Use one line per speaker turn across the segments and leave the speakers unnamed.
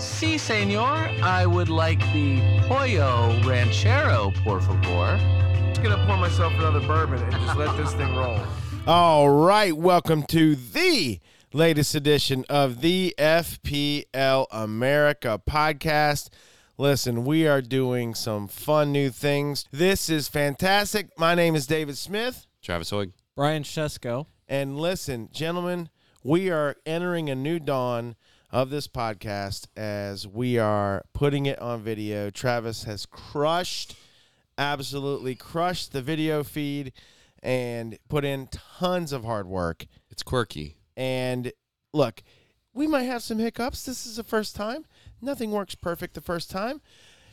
Si, senor, I would like the Pollo Ranchero, por favor.
I'm just gonna pour myself another bourbon and just let this thing roll.
All right, welcome to the latest edition of the FPL America podcast. Listen, we are doing some fun new things. This is fantastic. My name is David Smith.
Travis Hoig.
Brian Shesko.
And listen, gentlemen, we are entering a new dawn of this podcast as we are putting it on video. Travis has crushed, absolutely crushed the video feed and put in tons of hard work.
It's quirky.
And look, we might have some hiccups. This is the first time. Nothing works perfect the first time.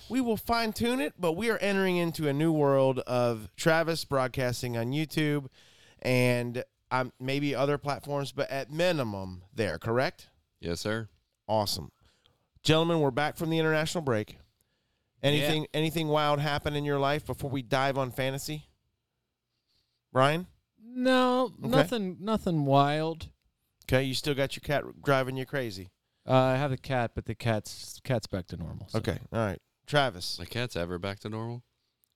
We will fine tune it, but we are entering into a new world of Travis broadcasting on YouTube and um, maybe other platforms, but at minimum, there, correct?
Yes, sir.
Awesome. Gentlemen, we're back from the international break. Anything anything wild happen in your life before we dive on fantasy? Brian?
No,
Okay.
nothing, nothing wild.
Okay, you still got your cat driving you crazy.
Uh, I have a cat, but the cat's cat's back to normal. so-
Okay, all right. Travis.
My cat's ever back to normal?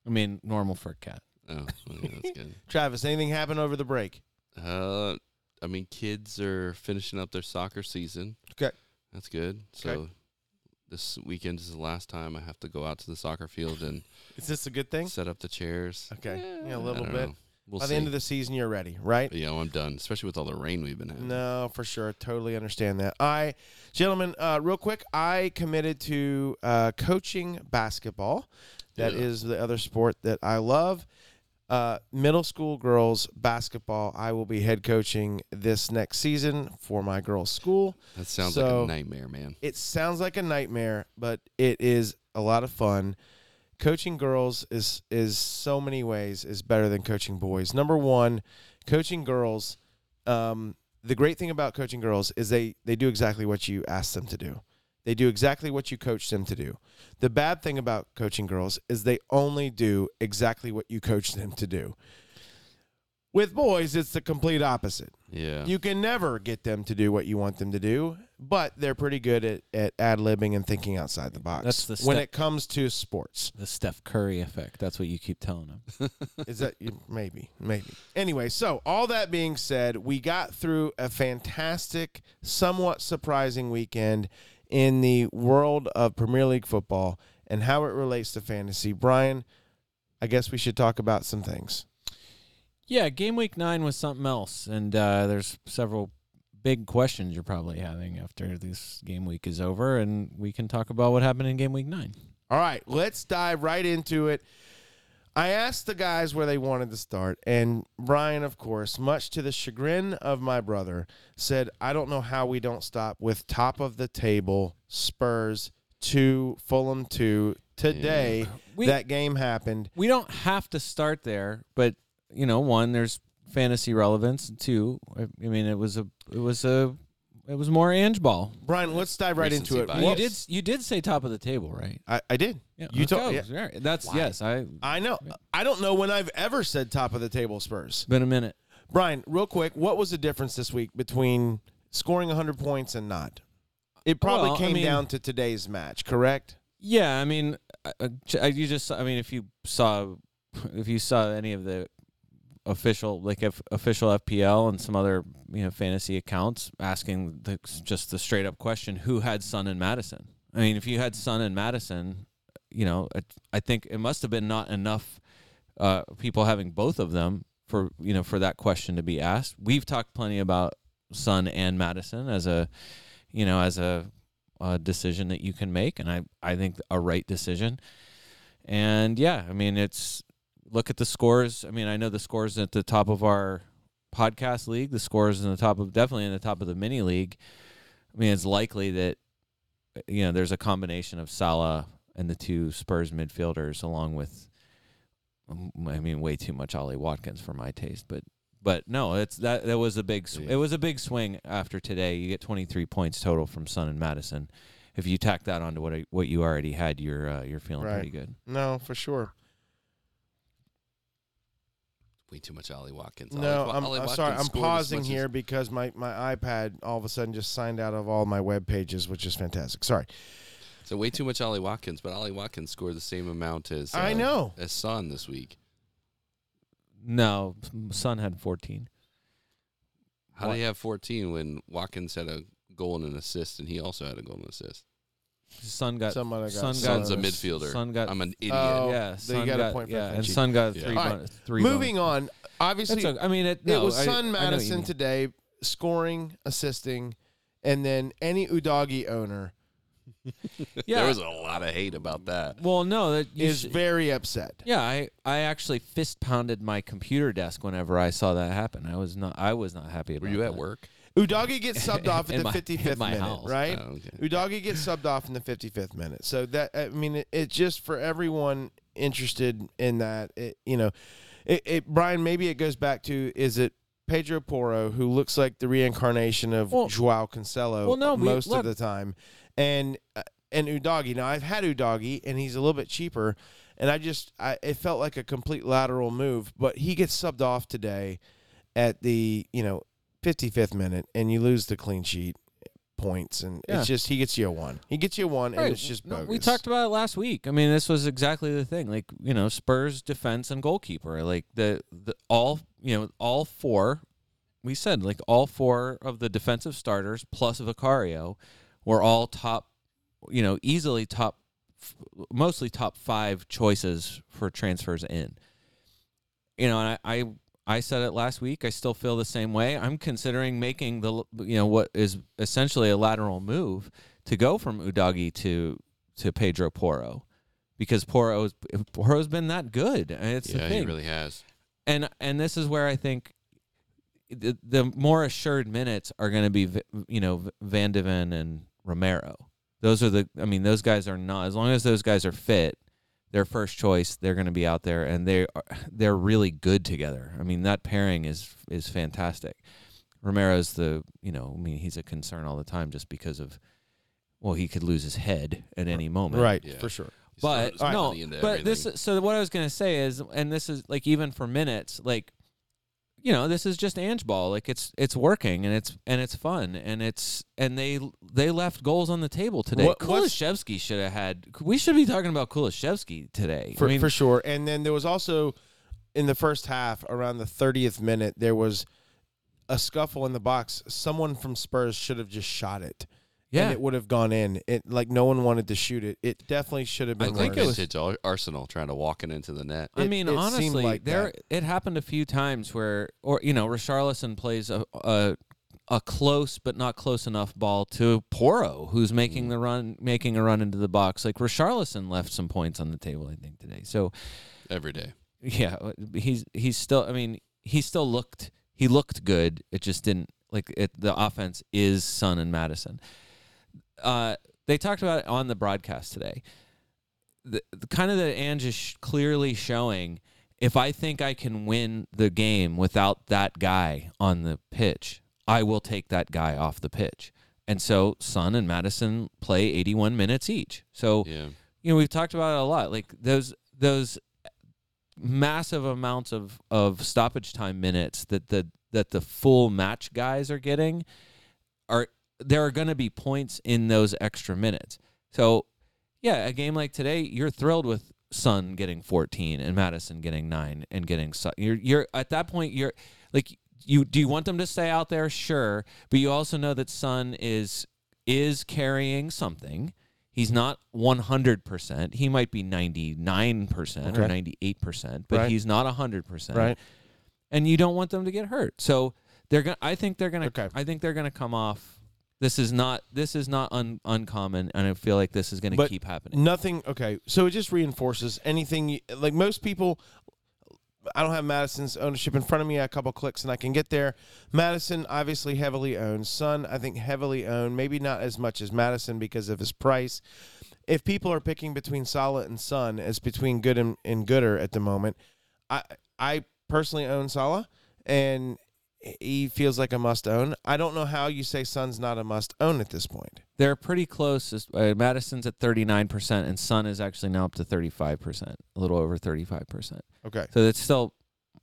I mean, normal for a cat.
Oh, well, yeah, that's good.
Travis, anything happened over the break?
Uh, I mean, kids are finishing up their soccer season.
Okay.
That's good. So this weekend is the last time I have to go out to the soccer field and
Is this a good thing?
set up the chairs.
Okay. Yeah, a
I
little
don't
bit.
know. We'll
By
see.
the end of the season, you're ready, right?
yeah, well, I'm done, especially with all the rain we've been having.
No, for sure. Totally understand that. I, gentlemen, uh, real quick, I committed to uh, coaching basketball. That is
Yeah.
the other sport that I love. Uh, middle school girls basketball. I will be head coaching this next season for my girls' school.
That sounds like
So-
a nightmare, man.
It sounds like a nightmare, but it is a lot of fun. Coaching girls is is so many ways is better than coaching boys. Number one, coaching girls. Um, the great thing about coaching girls is they they do exactly what you ask them to do. They do exactly what you coach them to do. The bad thing about coaching girls is they only do exactly what you coach them to do. With boys, it's the complete opposite.
Yeah.
You can never get them to do what you want them to do, but they're pretty good at, at ad libbing and thinking outside the box.
That's the
when
step-
it comes to sports.
The Steph Curry effect. That's what you keep telling him.
Is that maybe, maybe. Anyway, so all that being said, we got through a fantastic, somewhat surprising weekend in the world of Premier League football and how it relates to fantasy. Brian, I guess we should talk about some things.
Yeah, game week nine was something else, and uh, there's several big questions you're probably having after this game week is over, and we can talk about what happened in game week nine.
All right, let's dive right into it. I asked the guys where they wanted to start, and Brian, of course, much to the chagrin of my brother, said, I don't know how we don't stop with top of the table Spurs 2, Fulham 2. Today,
We-
that game happened.
we don't have to start there, but you know, one, there's fantasy relevance. and Two, I, I mean, it was a, it was a, it was more Ange ball.
Brian, let's dive right
Recency
into it.
bias.
Uh, You
What-
did, you did say top of the table, right?
I, I did. you
You
told. yeah,
That's yes. I
I know. I don't know when I've ever said top of the table Spurs.
been a minute.
Brian, real quick, what was the difference this week between scoring 100 points and not? It probably
Well, I
came
mean-
down to today's match, correct?
Yeah, I mean, I- I- j- I- you just. I mean, if you saw, if you saw any of the official, like if official FPL and some other you know fantasy accounts asking the, just the straight up question, who had Sun and Madison? I mean, if you had Sun and Madison, you know, I, I think it must have been not enough uh, people having both of them for you know for that question to be asked. We've talked plenty about Sun and Madison as a you know as a, a decision that you can make, and I I think a right decision. And yeah, I mean it's look at the scores. I mean I know the scores at the top of our podcast league, the scores in the top of definitely in the top of the mini league. I mean it's likely that you know there's a combination of Salah and the two Spurs midfielders along with um, I mean way too much Ollie Watkins for my taste but but no it's that that was a big sw- it was a big swing after today you get 23 points total from Sun and Madison if you tack that onto what I- what you already had you're uh, you're feeling
Right.
pretty good
No, for sure.
Way too much Ollie Watkins.
No,
Ollie, Wa-
I'm,
Ollie
I'm
Watkins
sorry. I'm
scored as
pausing
much as-
here because my, my iPad all of a sudden just signed out of all my web pages, which is fantastic. Sorry.
so way too much Ollie Watkins, but Ollie Watkins scored the same amount as
I
uh,
know.
as Son this week.
no Sun had 14
How do you have 14 when Watkins had a goal and an assist, and he also had a goal and assist?
Sun got
Somebody got
Sun
Son's a
got
midfielder.
Son got uh,
I'm an idiot.
Oh,
yeah,
they
Sun
got a
got,
point for
yeah, and
Finchi.
Sun got
Yeah.
three,
All right,
bon- three
Moving
bonus.
on. Obviously,
That's okay. I mean, it,
it
no,
was
I- I
Sun
know what you
Madison
mean.
today, scoring, assisting, and then any Udagi owner
Yeah.
There was a lot of hate about that.
well, no, that you
is
sh-
very upset.
yeah. I, I actually fist pounded my computer desk whenever I saw that happen. I was not I was not happy about.
Were you at
that.
work?
Udagi gets subbed off
In
at the
my-
fifty
in
fifth
my
minute,
house.
right?
Oh, okay.
Udagi gets subbed off in the fifty fifth minute. So that I mean, it, it just for everyone interested in that, it, you know, it, it Brian. Maybe it goes back to is it Pedro Porro who looks like the reincarnation of
Well-
Joao Cancelo
Well, no, we-
most
look-
of the time, and uh, and Udagi. Now I've had Udagi, and he's a little bit cheaper, and I just I it felt like a complete lateral move, but he gets subbed off today at the you know 55th minute and you lose the clean sheet points and
Yeah.
it's just he gets you a one he gets you a one
Right,
and it's just
no,
bogus
we talked about it last week. I mean, this was exactly the thing. Like you know, Spurs defense and goalkeeper. Like the the all you know all four. We said like all four of the defensive starters plus Vicario were all top. You know, easily top, f- mostly top five choices for transfers in. You know, and I. I I said it last week. I still feel the same way. I'm considering making the l- you know what is essentially a lateral move to go from Udagi to to Pedro Poro because Poro's Poro's been that good. And It's the
yeah,
thing.
he really has.
and and this is where I think the, the more assured minutes are going to be V- you know V- Van de Ven and Romero. Those are the I mean those guys are not as long as those guys are fit, their first choice, they're going to be out there and they are, they're really good together. I mean that pairing is is fantastic. Romero's the, you know, I mean he's a concern all the time just because of well, he could lose his head at any moment
right
Yeah.
for sure
He's throwing
but
his
no,
money into
but this
everything.
is, so what I was gonna say is, and this is like even for minutes, like you know, this is just Ange ball. Like it's it's working and it's and it's fun and it's and they they left goals on the table today.
What- what's-
Kulishevsky should have had. We should be talking about Kulishevsky today.
for,
I mean,
for sure and then there was also in the first half around the 30th minute there was a scuffle in the box someone from spurs should have just shot it
yeah,
and it would have gone in it like no one wanted to shoot it it definitely should have
I
been
think
worse.
it was Arsenal trying to walk it into the net.
I
It-
mean,
it seemed
honestly,
like
there it happened a few times where, or you know, Richarlison plays a a, a close but not close enough ball to Poro, who's
Mm.
making the run, making a run into the box. Like Richarlison left some points on the table, I think today. So
Every day.
yeah, uh, he's he's still. I mean, he still looked he looked good. It just didn't like it. The offense is Sun and Madison. Uh, they talked about it on the broadcast today. The, the kind of that Ange is sh- clearly showing. If I think I can win the game without that guy on the pitch, I will take that guy off the pitch. And so Sun and Madison play 81 minutes each. So
Yeah.
you know we've talked about it a lot like those those massive amounts of of stoppage time minutes that the that the full match guys are getting are there are going to be points in those extra minutes so yeah a game like today you're thrilled with Sun getting 14 and Madison getting 9 and getting Su- you're you're at that point you're like you do you want them to stay out there sure but you also know that Sun is is carrying something He's not 100%. He might be 99% or
Okay.
98%, but
Right.
he's not 100%.
Right.
and you don't want them to get hurt. So they're gonna. I think they're gonna.
Okay.
I think they're gonna come off. This is not. This is not un, uncommon, and I feel like this is gonna
But
keep happening.
Nothing. Okay, so it just reinforces anything. You, like most people, I don't have Madison's ownership in front of me. A couple clicks, and I can get there. Madison obviously heavily owned. Son, I think heavily owned. Maybe not as much as Madison because of his price. If people are picking between Salah and Son, it's between good and, and gooder at the moment. I I personally own Salah, and he feels like a must own. I don't know how you say Son's not a must own at this point.
They're pretty close. As- Uh, Madison's at thirty nine percent, and Sun is actually now up to thirty five percent, a little over thirty five percent.
Okay.
So that's still.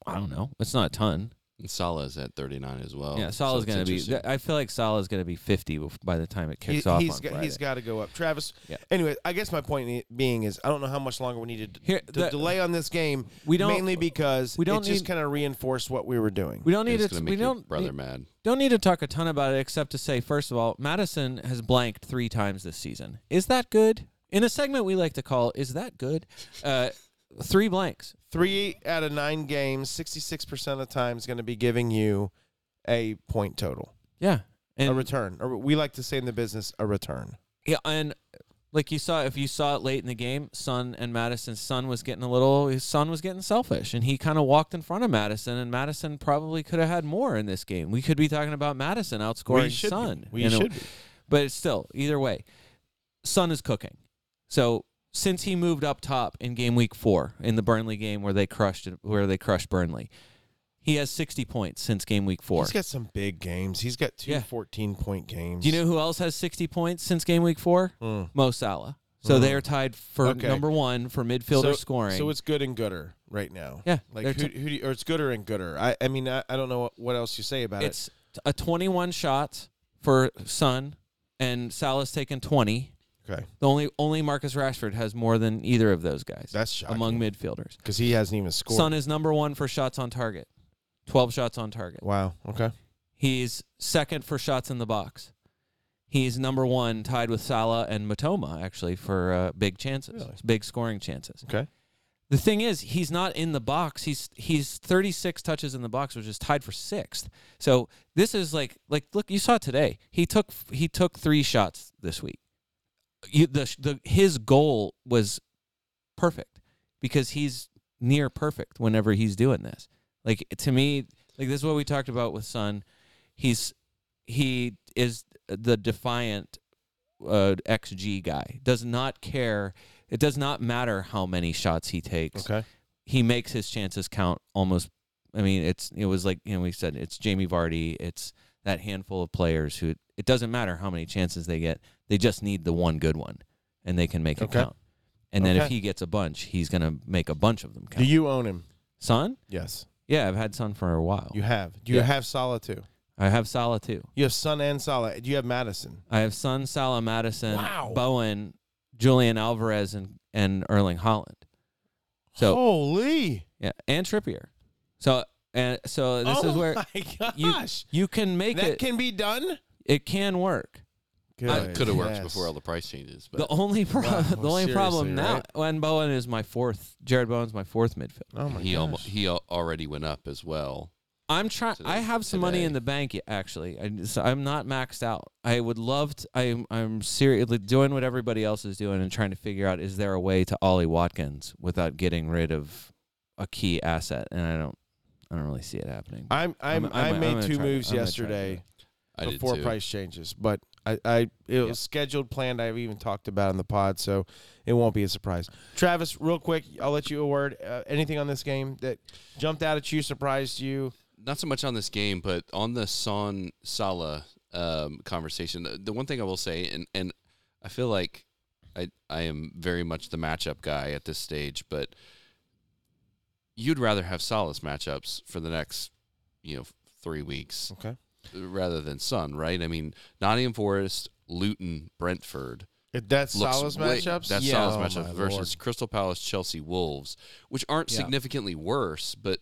I don't know. It's not a ton.
And Salah's at 39 as well.
yeah, Salah's
so it's
gonna be.
Oh, interesting.
th- I feel like Salah's gonna be fifty bef- by the time it kicks
He-
off.
he's
on
got-
Friday.
he's got to go up. Travis.
Yeah.
Anyway, I guess my point i- being is I don't know how much longer we needed
Here-
to
the-
delay on this game.
We don't-
mainly because
we don't
it just
need-
kind of reinforced what we were doing.
we don't need
It's
to.
gonna
we
make your
don't.
brother
need-
mad.
Don't need to talk a ton about it except to say, first of all, Madison has blanked three times this season. Is that good? In a segment we like to call, Is That Good? Uh, three blanks.
Three out of nine games, sixty-six percent of the time is going to be giving you a point total,
Yeah.
a
And,
return, or we like to say in the business, a return.
yeah, and like you saw, if you saw it late in the game, Son and Madison's son was getting a little, his son was getting selfish, and he kind of walked in front of Madison, and Madison probably could have had more in this game. We could be talking about Madison
we
outscoring
should. be.
Son.
we
in a-
should. be.
But it's still, either way, Sun is cooking. So since he moved up top in game week four in the Burnley game where they crushed it, where they crushed Burnley, he has sixty points since game week four.
He's got some big games. He's got two
Yeah.
14 point games.
Do you know who else has sixty points since game week four?
Mm.
Mo Salah. So they are tied for
Okay.
number one for midfielder
so,
scoring.
So it's good and gooder right now.
Yeah, they're
Like who,
t-
who do you, or it's gooder and gooder. I, I mean I, I don't know what, what else you say about
it's a twenty-one shot for Sun, and Salah's taken twenty.
it. Okay.
The only only Marcus Rashford has more than either of those guys
That's shocking.
among midfielders.
because he hasn't even scored.
Son is number one for shots on target, 12 shots on target.
wow. Okay.
He's second for shots in the box. He's number one, tied with Salah and Matoma, actually, for uh, big chances,
Really?
big scoring chances.
Okay.
The thing is, he's not in the box. He's he's 36 touches in the box, which is tied for sixth. So this is like like look, you saw today. He took he took three shots this week. You, the, sh- the his goal was perfect because he's near perfect whenever he's doing this. Like to me, like this is what we talked about with Son. He's he is the defiant uh, XG guy. Does not care. It does not matter how many shots he takes.
Okay.
He makes his chances count almost. I mean, it's it was like you know we said it's Jamie Vardy. It's that handful of players who it doesn't matter how many chances they get. They just need the one good one, and they can make it
Okay.
count. And then if
Okay.
he gets a bunch, he's gonna make a bunch of them
Do
count.
you own him?
Son?
Yes.
Yeah, I've had Son for a while.
You have. Do you
Yeah.
have Salah too?
I have Salah too.
You have Son and Salah. Do you have Madison?
I have Son, Salah, Madison, Bowen, Julian Alvarez, and, and Erling Holland. So
Oh. Holy!
yeah, and Trippier. So and so this
oh
is where
my
you
gosh,
you can make
that
it.
can be done.
it can work.
It could have worked
yes.
before all the price changes. But
The only problem.
Wow,
the only problem
seriously,
now
right?
when Bowen is my fourth. Jared Bowen's my fourth midfielder.
Oh my
he
gosh.
almost he al- already went up as well.
I'm trying.
to-
I have some money
today.
in the bank. y- Actually, I, so I'm not maxed out. I would love. To, I'm I'm seriously doing what everybody else is doing and trying to figure out is there a way to Ollie Watkins without getting rid of a key asset, and I don't. I don't really see it happening.
I'm, I'm,
I'm-
i
I'm- I'm
made
gonna
two
try to-
moves
I'm gonna try to do
yesterday
it.
I did
before
too.
price changes, but I, I it was
Yep.
scheduled, planned. I've even talked about it in the pod, so it won't be a surprise. Travis, real quick, I'll let you a word. Uh, anything on this game that jumped out at you, surprised you?
not so much on this game, but on the Son Sala um, conversation, the, the one thing I will say, and, and I feel like I I am very much the matchup guy at this stage, but you'd rather have Salah's matchups for the next, you know, three weeks
Okay,
rather than Son, right? I mean, Nottingham Forest, Luton, Brentford.
if that's
looks
Salah's
way-
matchups.
That's
Yeah.
Salah's
Oh,
matchup
my
versus
Lord.
Crystal Palace, Chelsea, Wolves, which aren't
Yeah.
significantly worse, but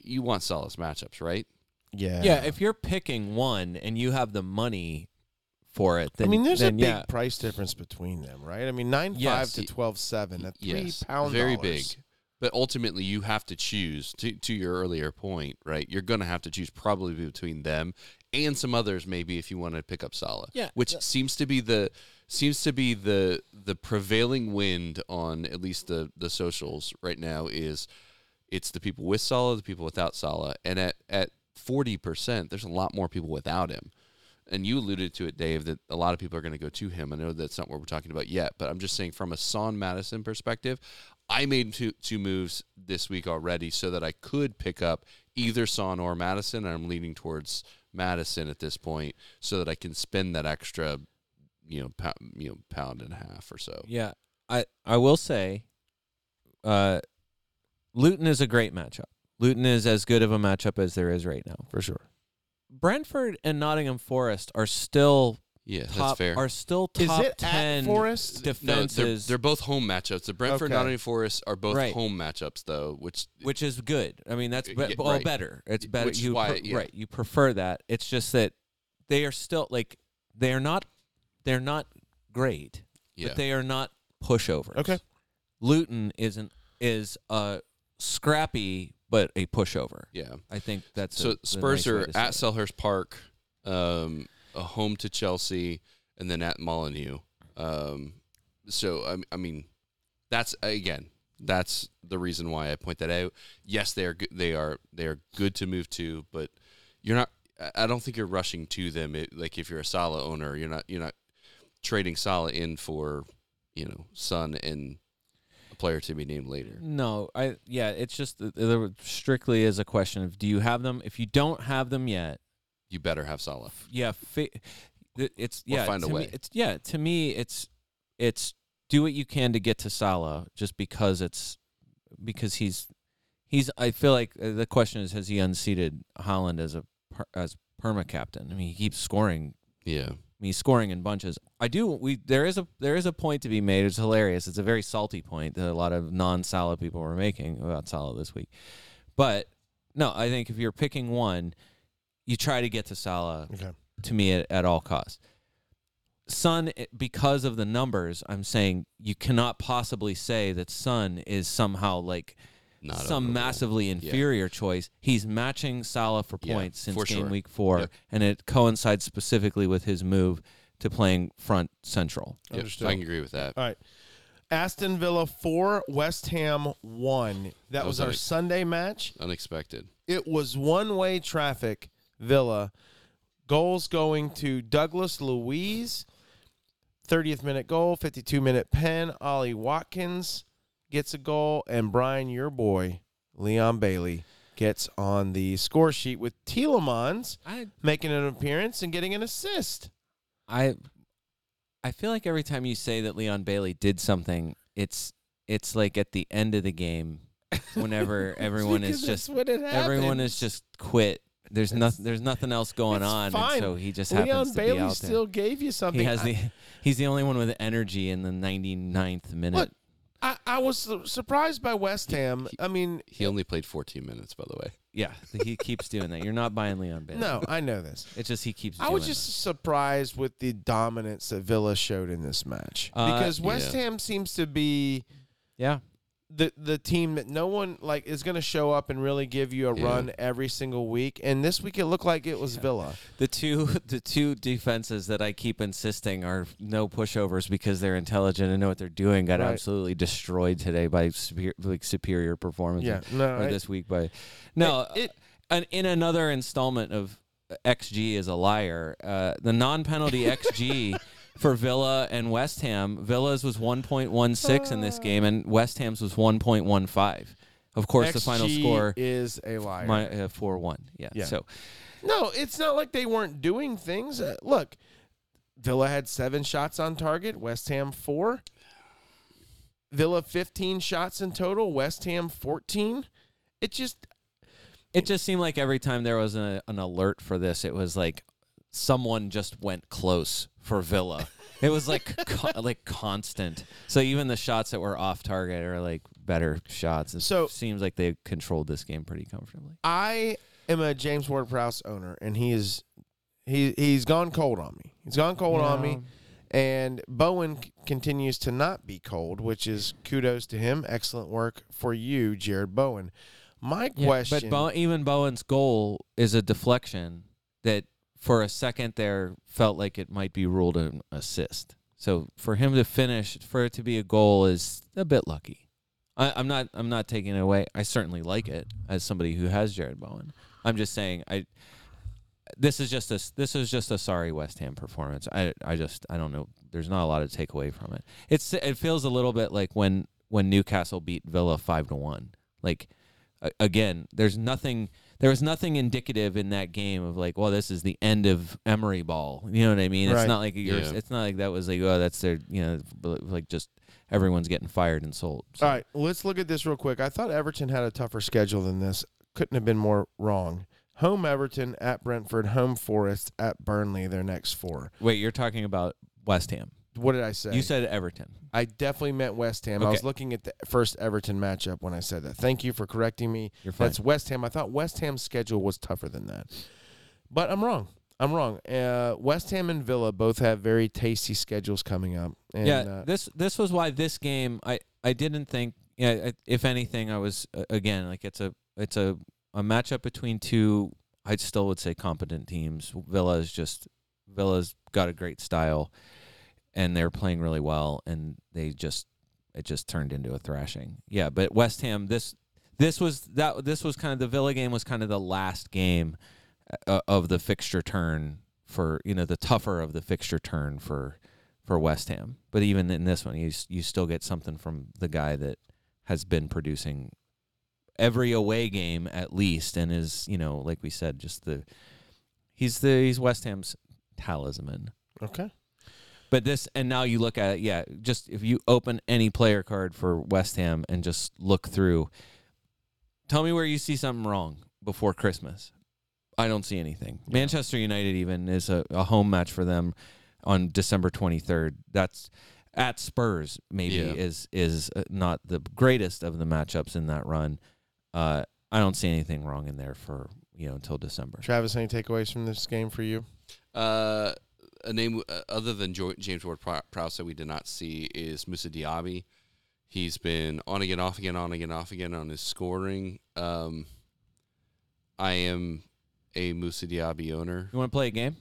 you want Salah's matchups, right?
Yeah,
yeah, if you're picking one and you have the money for it, then
I mean, there's a
then,
big
yeah,
price difference between them, right? I mean, nine five
Yes.
to twelve seven, at three
Yes,
pound
very
dollars.
big. But ultimately, you have to choose. To to your earlier point, right? You're going to have to choose probably between them and some others, maybe if you want to pick up Salah.
Yeah.
which seems to be the seems to be the the prevailing wind on at least the the socials right now is it's the people with Salah, the people without Salah, and at at forty percent, there's a lot more people without him. And you alluded to it, Dave, that a lot of people are going to go to him. I know that's not what we're talking about yet, but I'm just saying from a Son Madison perspective, I made two two moves this week already so that I could pick up either Son or Madison, and I'm leaning towards Madison at this point so that I can spend that extra, you know, pound, you know, pound and a half or so.
Yeah, I I will say, uh, Luton is a great matchup. Luton is as good of a matchup as there is right now.
for sure.
Brentford and Nottingham Forest are still
Yeah,
top
that's fair.
are still
Is
top
it
ten
at Forest?
No, they're,
defenses,
they're both home matchups. The Brentford
Okay.
Nottingham Forest are both
Right.
home matchups, though, which
which is good. I mean, that's
Yeah,
be- all
right.
better. It's
Y-
better.
which is
you
why-
pre-
yeah.
right? You prefer that. It's just that they are still like they are not they're not great,
Yeah.
but they are not pushovers.
Okay.
Luton isn't is a scrappy but a pushover.
yeah.
I think that's
So
a, the
Spurs
nice way
are
to say
at
it.
Selhurst Park, um, a home to Chelsea, and then at Molineux. Um, so I, I mean, that's again, that's the reason why I point that out. Yes, they are good. They are they are good to move to, but you're not. I- I don't think you're rushing to them. It, like if you're a Salah owner, you're not you're not trading Salah in for you know Son and a player to be named later.
No, I yeah, it's just that there strictly is a question of do you have them? If you don't have them yet,
You better have Salah.
yeah, fi- th- it's
Or
yeah.
find a
to me-
way.
it's yeah. To me, it's it's do what you can to get to Salah, just because it's because he's he's. I feel like uh, the question is, has he unseated Holland as a per, as perma captain? I mean, he keeps scoring.
Yeah.
I mean, he's scoring in bunches. I do. We there is a there is a point to be made. It's hilarious. It's a very salty point that a lot of non Salah people were making about Salah this week. But no, I think if you're picking one, you try to get to Salah
Okay.
to me at, at all costs. Sun, i- because of the numbers, I'm saying you cannot possibly say that Sun is somehow like
Not
some
overall.
massively inferior choice. He's matching Salah for
Yeah,
points since
for
game
sure.
week four,
Yep.
and it coincides specifically with his move to playing front central.
Yep,
Understood. Uh,
I can agree with that.
All right. Aston Villa four, West Ham one. That, was,
was
our
like-
Sunday match.
Unexpected.
It was one way traffic. Villa goals going to Douglas Louise, 30th minute goal, 52 minute pen. Ollie Watkins gets a goal, and Brian, your boy Leon Bailey gets on the score sheet with Telemans
I
making an appearance and getting an assist.
I I feel like every time you say that Leon Bailey did something, it's it's like at the end of the game whenever everyone is just everyone is just quit. There's nothing there's nothing else going
it's
on
fine.
and so he just happens
Leon
to be
Bailey
out
still gave you
there.
something.
He has
I-
the he's the only one with energy in the 99th minute.
Look, I, I was su- surprised by West Ham. I mean,
He only played 14 minutes, by the way.
Yeah, he keeps doing that. You're not buying Leon Bailey.
no, I know this.
It's just he keeps
I was
doing
just surprised with the dominance that Villa showed in this match
Uh,
because West
Yeah.
Ham seems to be
it. Yeah.
the the team that no one like is going to show up and really give you a
Yeah.
run every single week. And this week it looked like it was Villa.
The two the two defenses that I keep insisting are no pushovers because they're intelligent and know what they're doing got
Right.
absolutely destroyed today by super, like superior performance.
Yeah, no,
or
I-
this week by no. It, an, in another installment of XG is a liar. Uh, the non-penalty XG. For Villa and West Ham, Villa's was 1.16 in this game, and West Ham's was 1.15. Of course, the final
XG
score
is a liar.
my uh, 4-1.
Yeah.
yeah. So
no, it's not like they weren't doing things. Uh, look, Villa had seven shots on target. West Ham four. Villa fifteen shots in total. West Ham fourteen. It just
It just seemed like every time there was a, an alert for this, it was like someone just went close for Villa. It was like co- like constant. So even the shots that were off target are like better shots. It
So-
seems like they controlled this game pretty comfortably.
I am a James Ward Prowse owner, and he is he he's gone cold on me. He's gone cold on me, And Bowen c- continues to not be cold, which is kudos to him. Excellent work for you, Jared Bowen. My question,
But Bow- even Bowen's goal is a deflection that for a second there felt like it might be ruled an assist. So for him to finish, for it to be a goal is a bit lucky. I, I'm not. I'm not taking it away. I certainly like it as somebody who has Jared Bowen. I'm just saying. I. This is just a. s- This is just a sorry West Ham performance. I. I just. I don't know. There's not a lot to take away from it. It's. It feels a little bit like when when Newcastle beat Villa five to one. Like a- again, there's nothing. There was nothing indicative in that game of like, well, this is the end of Emery ball. You know what I mean?
Right.
It's not like you're,
Yeah.
it's not like that was like, oh, that's their, you know, like just everyone's getting fired and sold. So-
All right, let's look at this real quick. I thought Everton had a tougher schedule than this. Couldn't have been more wrong. Home Everton at Brentford, home Forest at Burnley, their next four.
Wait, you're talking about West Ham.
What did I say?
You said Everton.
I definitely meant West Ham. I was
Okay.
looking at the first Everton matchup when I said that. Thank you for correcting me.
You're fine.
That's West Ham. I thought West Ham's schedule was tougher than that. But I'm wrong. I'm wrong. Uh, West Ham and Villa both have very tasty schedules coming up. And,
yeah,
uh,
this this was why this game I I didn't think yeah, I- if anything I was uh, again like it's a it's a a matchup between two I still would say competent teams. Villa's just Villa's got a great style and they're playing really well and they just it just turned into a thrashing. Yeah, but West Ham this this was that this was kind of the Villa game was kind of the last game uh, of the fixture turn for you know the tougher of the fixture turn for for West Ham. But even in this one, you s- you still get something from the guy that has been producing every away game at least, and is you know like we said, just the he's the he's West Ham's talisman.
okay.
But this, and now you look at it, yeah, just if you open any player card for West Ham and just look through, tell me where you see something wrong before Christmas. I don't see anything. Manchester United, even, is a, a home match for them on December 23rd. That's at Spurs, maybe,
Yeah.
is is uh, not the greatest of the matchups in that run. Uh, I don't see anything wrong in there for, you know, until December.
Travis, any takeaways from this game for you?
Uh, a name uh, other than jo- James Ward Prowse that we did not see is Musa Diaby. He's been on again, off again, on again, off again on his scoring. Um, I am a Musa Diaby owner.
You want to play a game?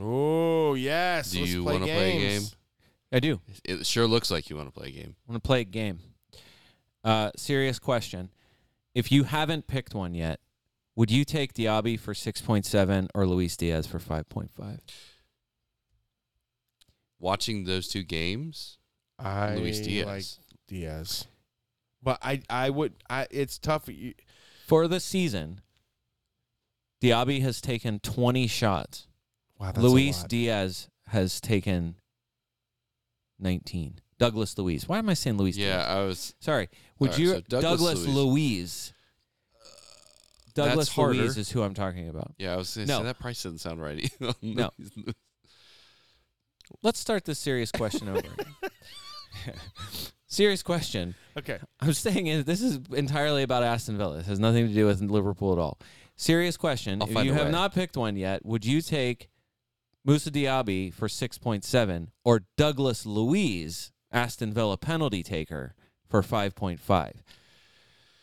Oh, yes.
Do
Let's
you
play
want to play a game?
games.
I do.
It sure looks like you want to play a game.
I'm gonna play a game. Uh, serious question: If you haven't picked one yet, would you take Diaby for six point seven or Luis Diaz for five point five?
Watching those two games,
I
Luis Diaz.
like Diaz. But I, I would I it's tough. You-
For the season, Diaby has taken twenty shots.
Wow, Ah, that's a
Luis
lot.
Diaz has taken nineteen. Douglas Luis. Why am I saying Luis?
yeah,
Diaz?
I was.
Sorry. Would
Alright,
you
so Douglas
Douglas,
Luiz.
Luis? Douglas
harder.
Luis is who I'm talking about.
Yeah, I was gonna
No.
say that price doesn't sound right.
No. Let's start the serious question over. serious question.
Okay.
I'm saying is this is entirely about Aston Villa. This has nothing to do with Liverpool at all. Serious question.
I'll
if
find
you
a
have
way.
not picked one yet, would you take Musa Diaby for 6.7 or Douglas Louise, Aston Villa penalty taker, for 5.5?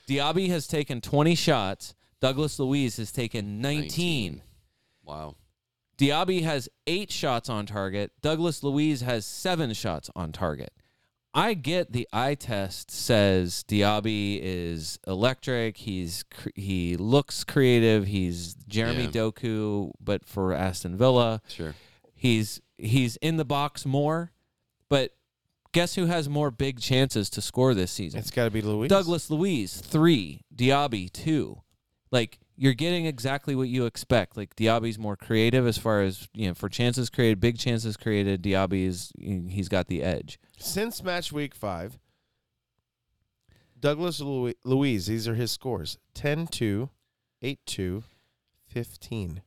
Diaby has taken 20 shots. Douglas Louise has taken 19.
wow.
Diaby has eight shots on target. Douglas Louise has seven shots on target. I get the eye test says Diaby is electric. He's cr- he looks creative. He's Jeremy
Yeah.
Doku, but for Aston Villa,
Sure.
he's he's in the box more. But guess who has more big chances to score this season?
It's gotta be Luis.
Douglas Louise, three. Diaby, two. Like you're getting exactly what you expect. Like Diaby's more creative as far as you know for chances created, big chances created. Diaby is he's got the edge.
Since match week five, Douglas Lu- Louise, these are his scores 10 2, 8 2, 15.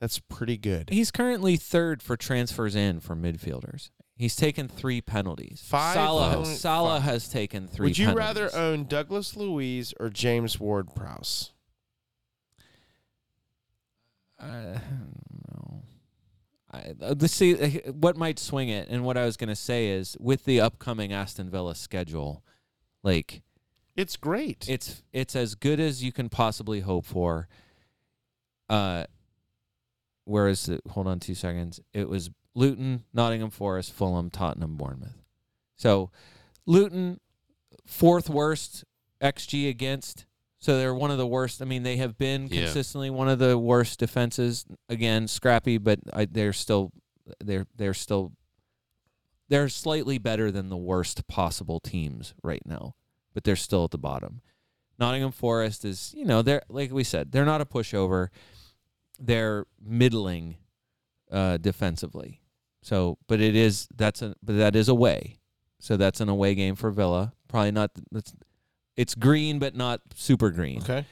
That's pretty good.
He's currently third for transfers in for midfielders. He's taken three penalties.
Five
Salah,
point
Salah
five.
has taken three.
Would you
penalties.
rather own Douglas Louise or James Ward Prowse? uh,
I don't know. I, uh, the- see uh, what might swing it, and what I was going to say is with the upcoming Aston Villa schedule, like
It's great.
it's it's as good as you can possibly hope for. Uh, where is it? Hold on two seconds. It was Luton, Nottingham Forest, Fulham, Tottenham, Bournemouth. So Luton, fourth worst xG against. So they're one of the worst. I mean, they have been
Yeah.
consistently one of the worst defenses. Again, scrappy, but I, they're still they're they're still they're slightly better than the worst possible teams right now, but they're still at the bottom. Nottingham Forest is, you know, they're like we said, they're not a pushover. They're middling uh, defensively. So, but it is that's a but that is away. So that's an away game for Villa. Probably not. That's it's green, but not super green.
Okay.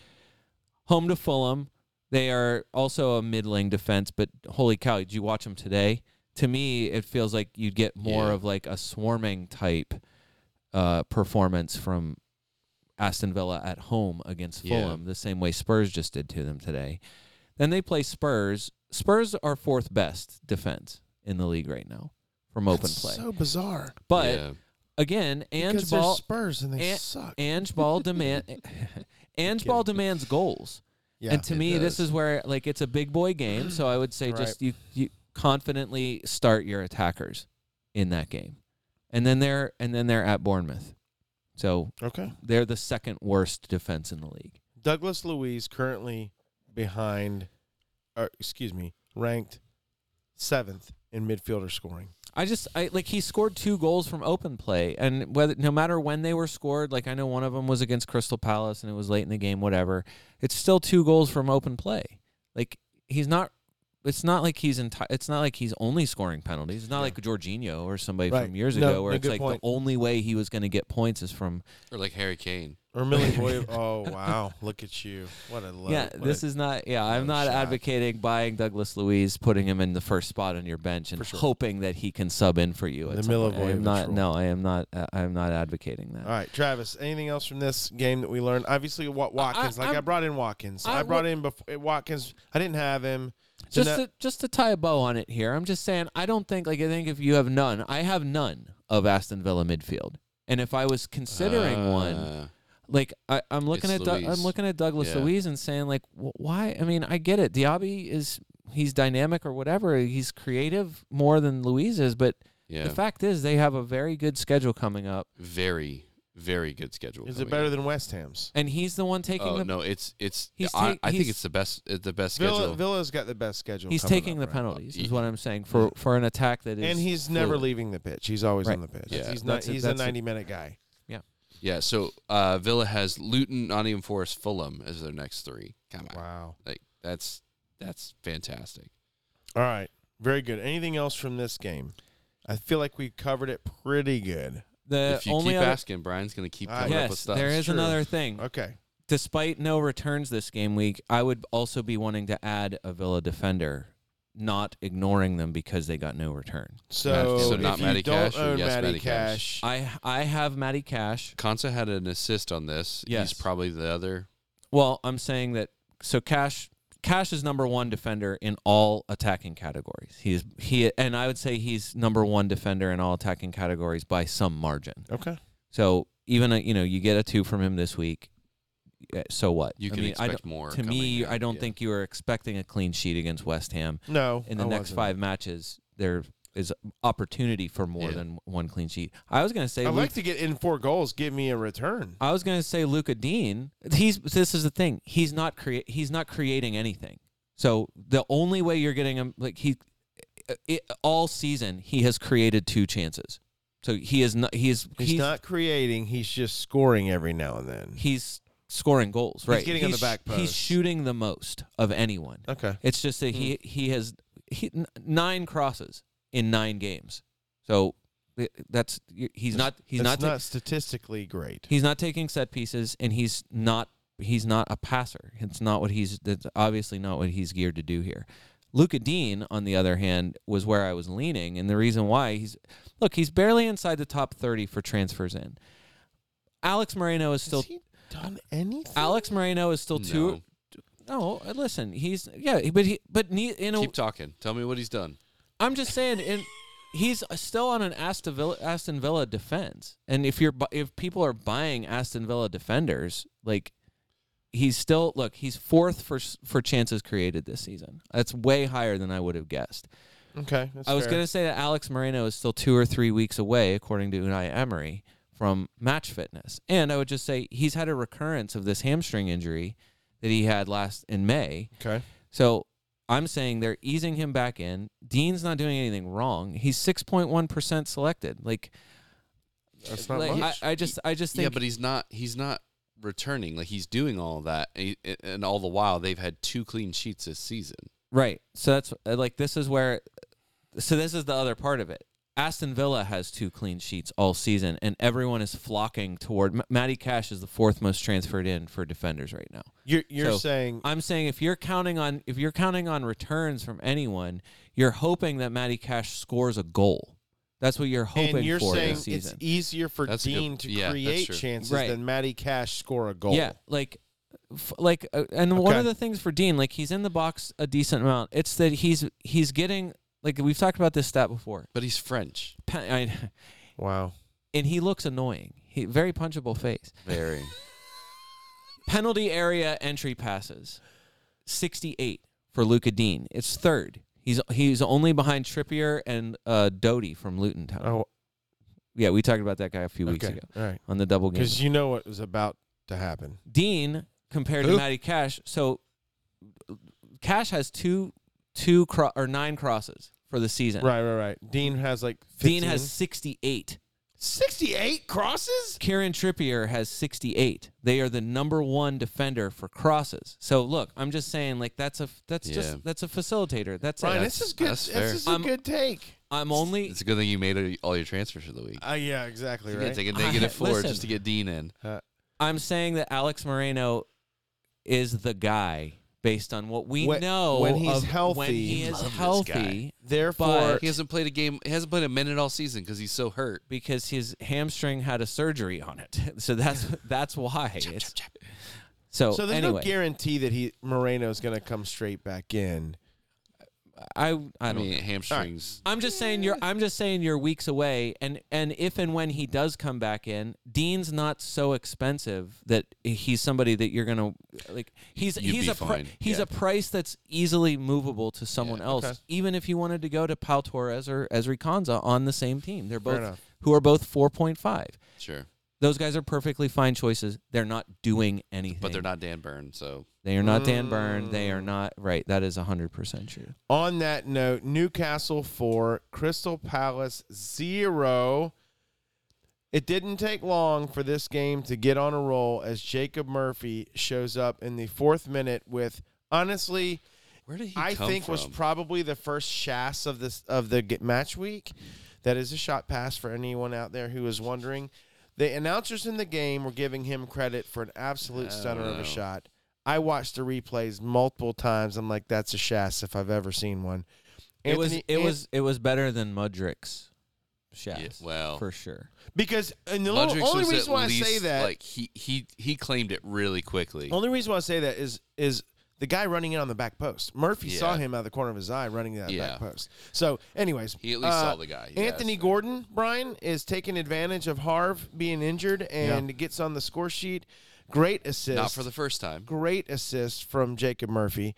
Home to Fulham. They are also a middling defense, but holy cow! Did you watch them today? To me, it feels like you'd get more
Yeah.
of like a swarming type uh, performance from Aston Villa at home against
Yeah.
Fulham, the same way Spurs just did to them today. Then they play Spurs. Spurs are fourth best defense in the league right now from open
That's
play.
So bizarre.
but
Yeah.
again, Ange
because they're
Ball,
Spurs and they
An-
suck.
Ange Ball demand, Ange Ball demands goals.
Yeah.
and to
it
me, this
does.
is where like it's a big boy game. So I would say
Right.
just you, you confidently start your attackers in that game, and then they're and then they're at Bournemouth. So
okay.
they're the second worst defense in the league.
Douglas Louise currently behind, or excuse me, ranked seventh in midfielder scoring.
I just I like he scored two goals from open play, and whether no matter when they were scored, like I know one of them was against Crystal Palace and it was late in the game, whatever. It's still two goals from open play. Like he's not. It's not like he's enti- It's not like he's only scoring penalties. It's not like Jorginho or somebody
Right.
from years
No,
ago, where
no,
it's
good
like
point.
the only way he was going to get points is from.
or like Harry Kane.
Or Millie Boy. Oh wow! Look at you. What a love.
yeah, this is not. Yeah, I'm
what
not
a shot.
advocating buying Douglas Louise, putting him in the first spot on your bench, and hoping that he can sub in for you. at
The
some point. I
Milivojevic
am not.
rule.
No, I am not. Uh, I am not advocating that.
All right, Travis. Anything else from this game that we learned? Obviously, Wa- Watkins. like I,
I'm-
brought in Watkins. I,
I
brought in before Watkins. I didn't have him. So
just
now-
to, just to tie a bow on it here, I'm just saying I don't think like I think if you have none, I have none of Aston Villa midfield, and if I was considering one,
Uh,
like I, I'm looking
It's
at Doug I'm
Luiz.
looking at Douglas
Yeah.
Louise and saying like wh- why? I mean I get it, Diaby is he's dynamic or whatever, he's creative more than Louise is, but
Yeah.
the fact is they have a very good schedule coming up,
very, very good schedule.
Is it
coming
better
up.
than West Ham's?
and he's the one taking
Oh
the
no, it's it's.
He's
I,
ta-
I think
he's-
it's the best. It's the best
Villa,
schedule.
Villa's got the best schedule.
he's
coming
taking
up
the
right now.
penalties is what I'm saying for for an attack that is
and he's never
fluid.
leaving the pitch. He's always
Right.
on the pitch.
Yeah.
He's not.
That's it-
he's a
that's it.
ninety-minute guy.
Yeah. So uh, Villa has Luton, Nottingham Forest, Fulham as their next three. Come on,
Wow.
like that's that's fantastic.
All right. Very good. Anything else from this game? I feel like we covered it pretty good.
the
if you
only
keep
other,
asking, Brian's gonna keep
Uh,
coming up with
Yes,
stuff.
there
It's
is
true.
another thing.
Okay.
Despite no returns this game week, I would also be wanting to add a Villa defender, not ignoring them because they got no return.
So,
so not
if you
Matty
don't
Cash or
own
yes,
Matty,
Matty
Cash,
Cash?
I I have Matty Cash.
Consa had an assist on this.
Yes.
He's probably the other.
Well, I'm saying that so Cash Cash is number one defender in all attacking categories. He's he and I would say he's number one defender in all attacking categories by some margin.
okay.
So even a, you know you get a two from him this week. eh, So what?
You can
I mean, I
expect
don't-
more.
To
coming
me,
out,
I don't
yeah.
think you were expecting a clean sheet against West Ham.
No.
in the
I
next
wasn't.
five matches, there is opportunity for more
Yeah.
than one clean sheet. I was gonna say,
I'd
Luke,
like to get in four goals. Give me a return.
I was gonna say Luca Dean. He's this is the thing. He's not create. He's not creating anything. So the only way you're getting him, like he, it, all season he has created two chances. So he is not. He is.
He's, not creating. He's just scoring every now and then.
He's scoring goals. Right.
getting on the back
He's
post.
shooting the most of anyone.
Okay.
It's just that he
Mm.
he has he, n- nine crosses in nine games. So th- that's y- he's not he's
That's
not ta-
statistically great.
he's not taking set pieces and he's not he's not a passer. It's not what he's that's obviously not what he's geared to do here. Luca Dean, on the other hand, was where I was leaning, and the reason why he's look he's barely inside the top thirty for transfers in. Alex Moreno is still
Has he done anything?
Alex Moreno is still two. No, listen, he's yeah, but he but ne- in a,
Keep talking. Tell me what he's done.
I'm just saying, and he's still on an Aston Villa, Aston Villa defense. And if you're bu- if people are buying Aston Villa defenders, like he's still look, he's fourth for s- for chances created this season. That's way higher than I would have guessed.
Okay, that's
I was
fair.
going to say that Alex Moreno is still two or three weeks away, according to Unai Emery, from match fitness. And I would just say he's had a recurrence of this hamstring injury that he had last in May.
Okay,
So I'm saying they're easing him back in. Dean's not doing anything wrong. He's 6.1% selected. Like,
that's not
like I,
much.
I just, I just think.
yeah, but he's not. He's not returning. Like he's doing all that, and, he- and all the while they've had two clean sheets this season.
Right. So that's uh, like this is where so this is the other part of it. Aston Villa has two clean sheets all season and everyone is flocking toward M- Matty Cash is the fourth most transferred in for defenders right now.
you're you're
so-
saying
I'm saying if you're counting on if you're counting on returns from anyone, you're hoping that Matty Cash scores a goal. That's what you're hoping
and you're
for
saying
this
it's
season.
easier for
That's a good-
Dean to
yeah, that's
create
true.
chances
Right.
than Matty Cash score a goal.
Yeah, like, f- like, uh, and one
Okay.
of the things for Dean, like, he's in the box a decent amount. It's that he's he's getting like we've talked about this stat before,
But he's French.
Pa- I,
Wow.
and he looks annoying. He very punchable face.
Very.
Penalty area entry passes, sixty eight for Luca Dean. It's third. He's he's only behind Trippier and uh, Doty from Luton Town.
Oh,
Yeah, we talked about that guy a few weeks
okay.
ago
All right.
on the double game.
Because you know what was about to happen.
Dean compared
Who?
to Matty Cash. So Cash has two two cro- or nine crosses for the season.
Right, right, right. Dean has like 15.
Dean has 68.
68 crosses?
Kieran Trippier has 68. They are the number 1 defender for crosses. So look, I'm just saying like that's a that's
Yeah.
just that's a facilitator. That's
Ryan,
it.
this is good.
that's
This
fair.
is a
I'm-
good take.
I'm only
It's a good thing you made all your transfers for the week.
Uh, yeah, exactly,
You gotta
right?
take a negative four
listen.
just to get Dean in.
I'm saying that Alex Moreno is the guy based on what we
When-
know
when he's
of when
healthy-
he
Love
is
this
healthy.
Therefore,
But-
He hasn't played a game. He hasn't played a minute all season because he's so hurt.
because his hamstring had a surgery on it. So that's that's why. It's- So,
so there's
anyway,
no guarantee that he Moreno's going to come straight back in.
I I
I
don't.
mean,
know.
hamstrings.
I'm just saying you're. I'm just saying you're weeks away, and and if and when he does come back in, Dean's not so expensive that he's somebody that you're gonna like. He's
You'd
he's
be
a pri-
fine,
he's
yeah.
a price that's easily movable to someone else, even if you wanted to go to Pau Torres or Ezri Konza on the same team. They're
Fair
both
enough.
who are both 4.5.
Sure,
Those guys are perfectly fine choices. They're not doing anything.
but they're not Dan Byrne, so
They are not Dan Byrne. They are not right. That is hundred percent true.
On that note, Newcastle 4, Crystal Palace 0. It didn't take long for this game to get on a roll as Jacob Murphy shows up in the fourth minute with honestly
where did he
I
come
think was
from?
probably the first shas of this of the g- match week. That is a shot pass for anyone out there who is wondering. The announcers in the game were giving him credit for an absolute stunner of
no.
a shot. I watched the replays multiple times. I'm like, that's a shas if I've ever seen one.
It was
Anthony-
it
An-
was it was better than Mudrick's shafts.
Yeah, well.
for sure.
because and the lo-
Mudrix
only
was at
reason why I say
least,
that
like he he he claimed it really quickly.
only reason why I say that is is the guy running in on the back post. Murphy
Yeah.
saw him out of the corner of his eye running that
Yeah.
back post. So, anyways, uh,
He at least saw the guy, yes.
Anthony Gordon, Brian, is taking advantage of Harv being injured and gets on the score sheet. Great assist.
Not for the first time.
great assist from Jacob Murphy.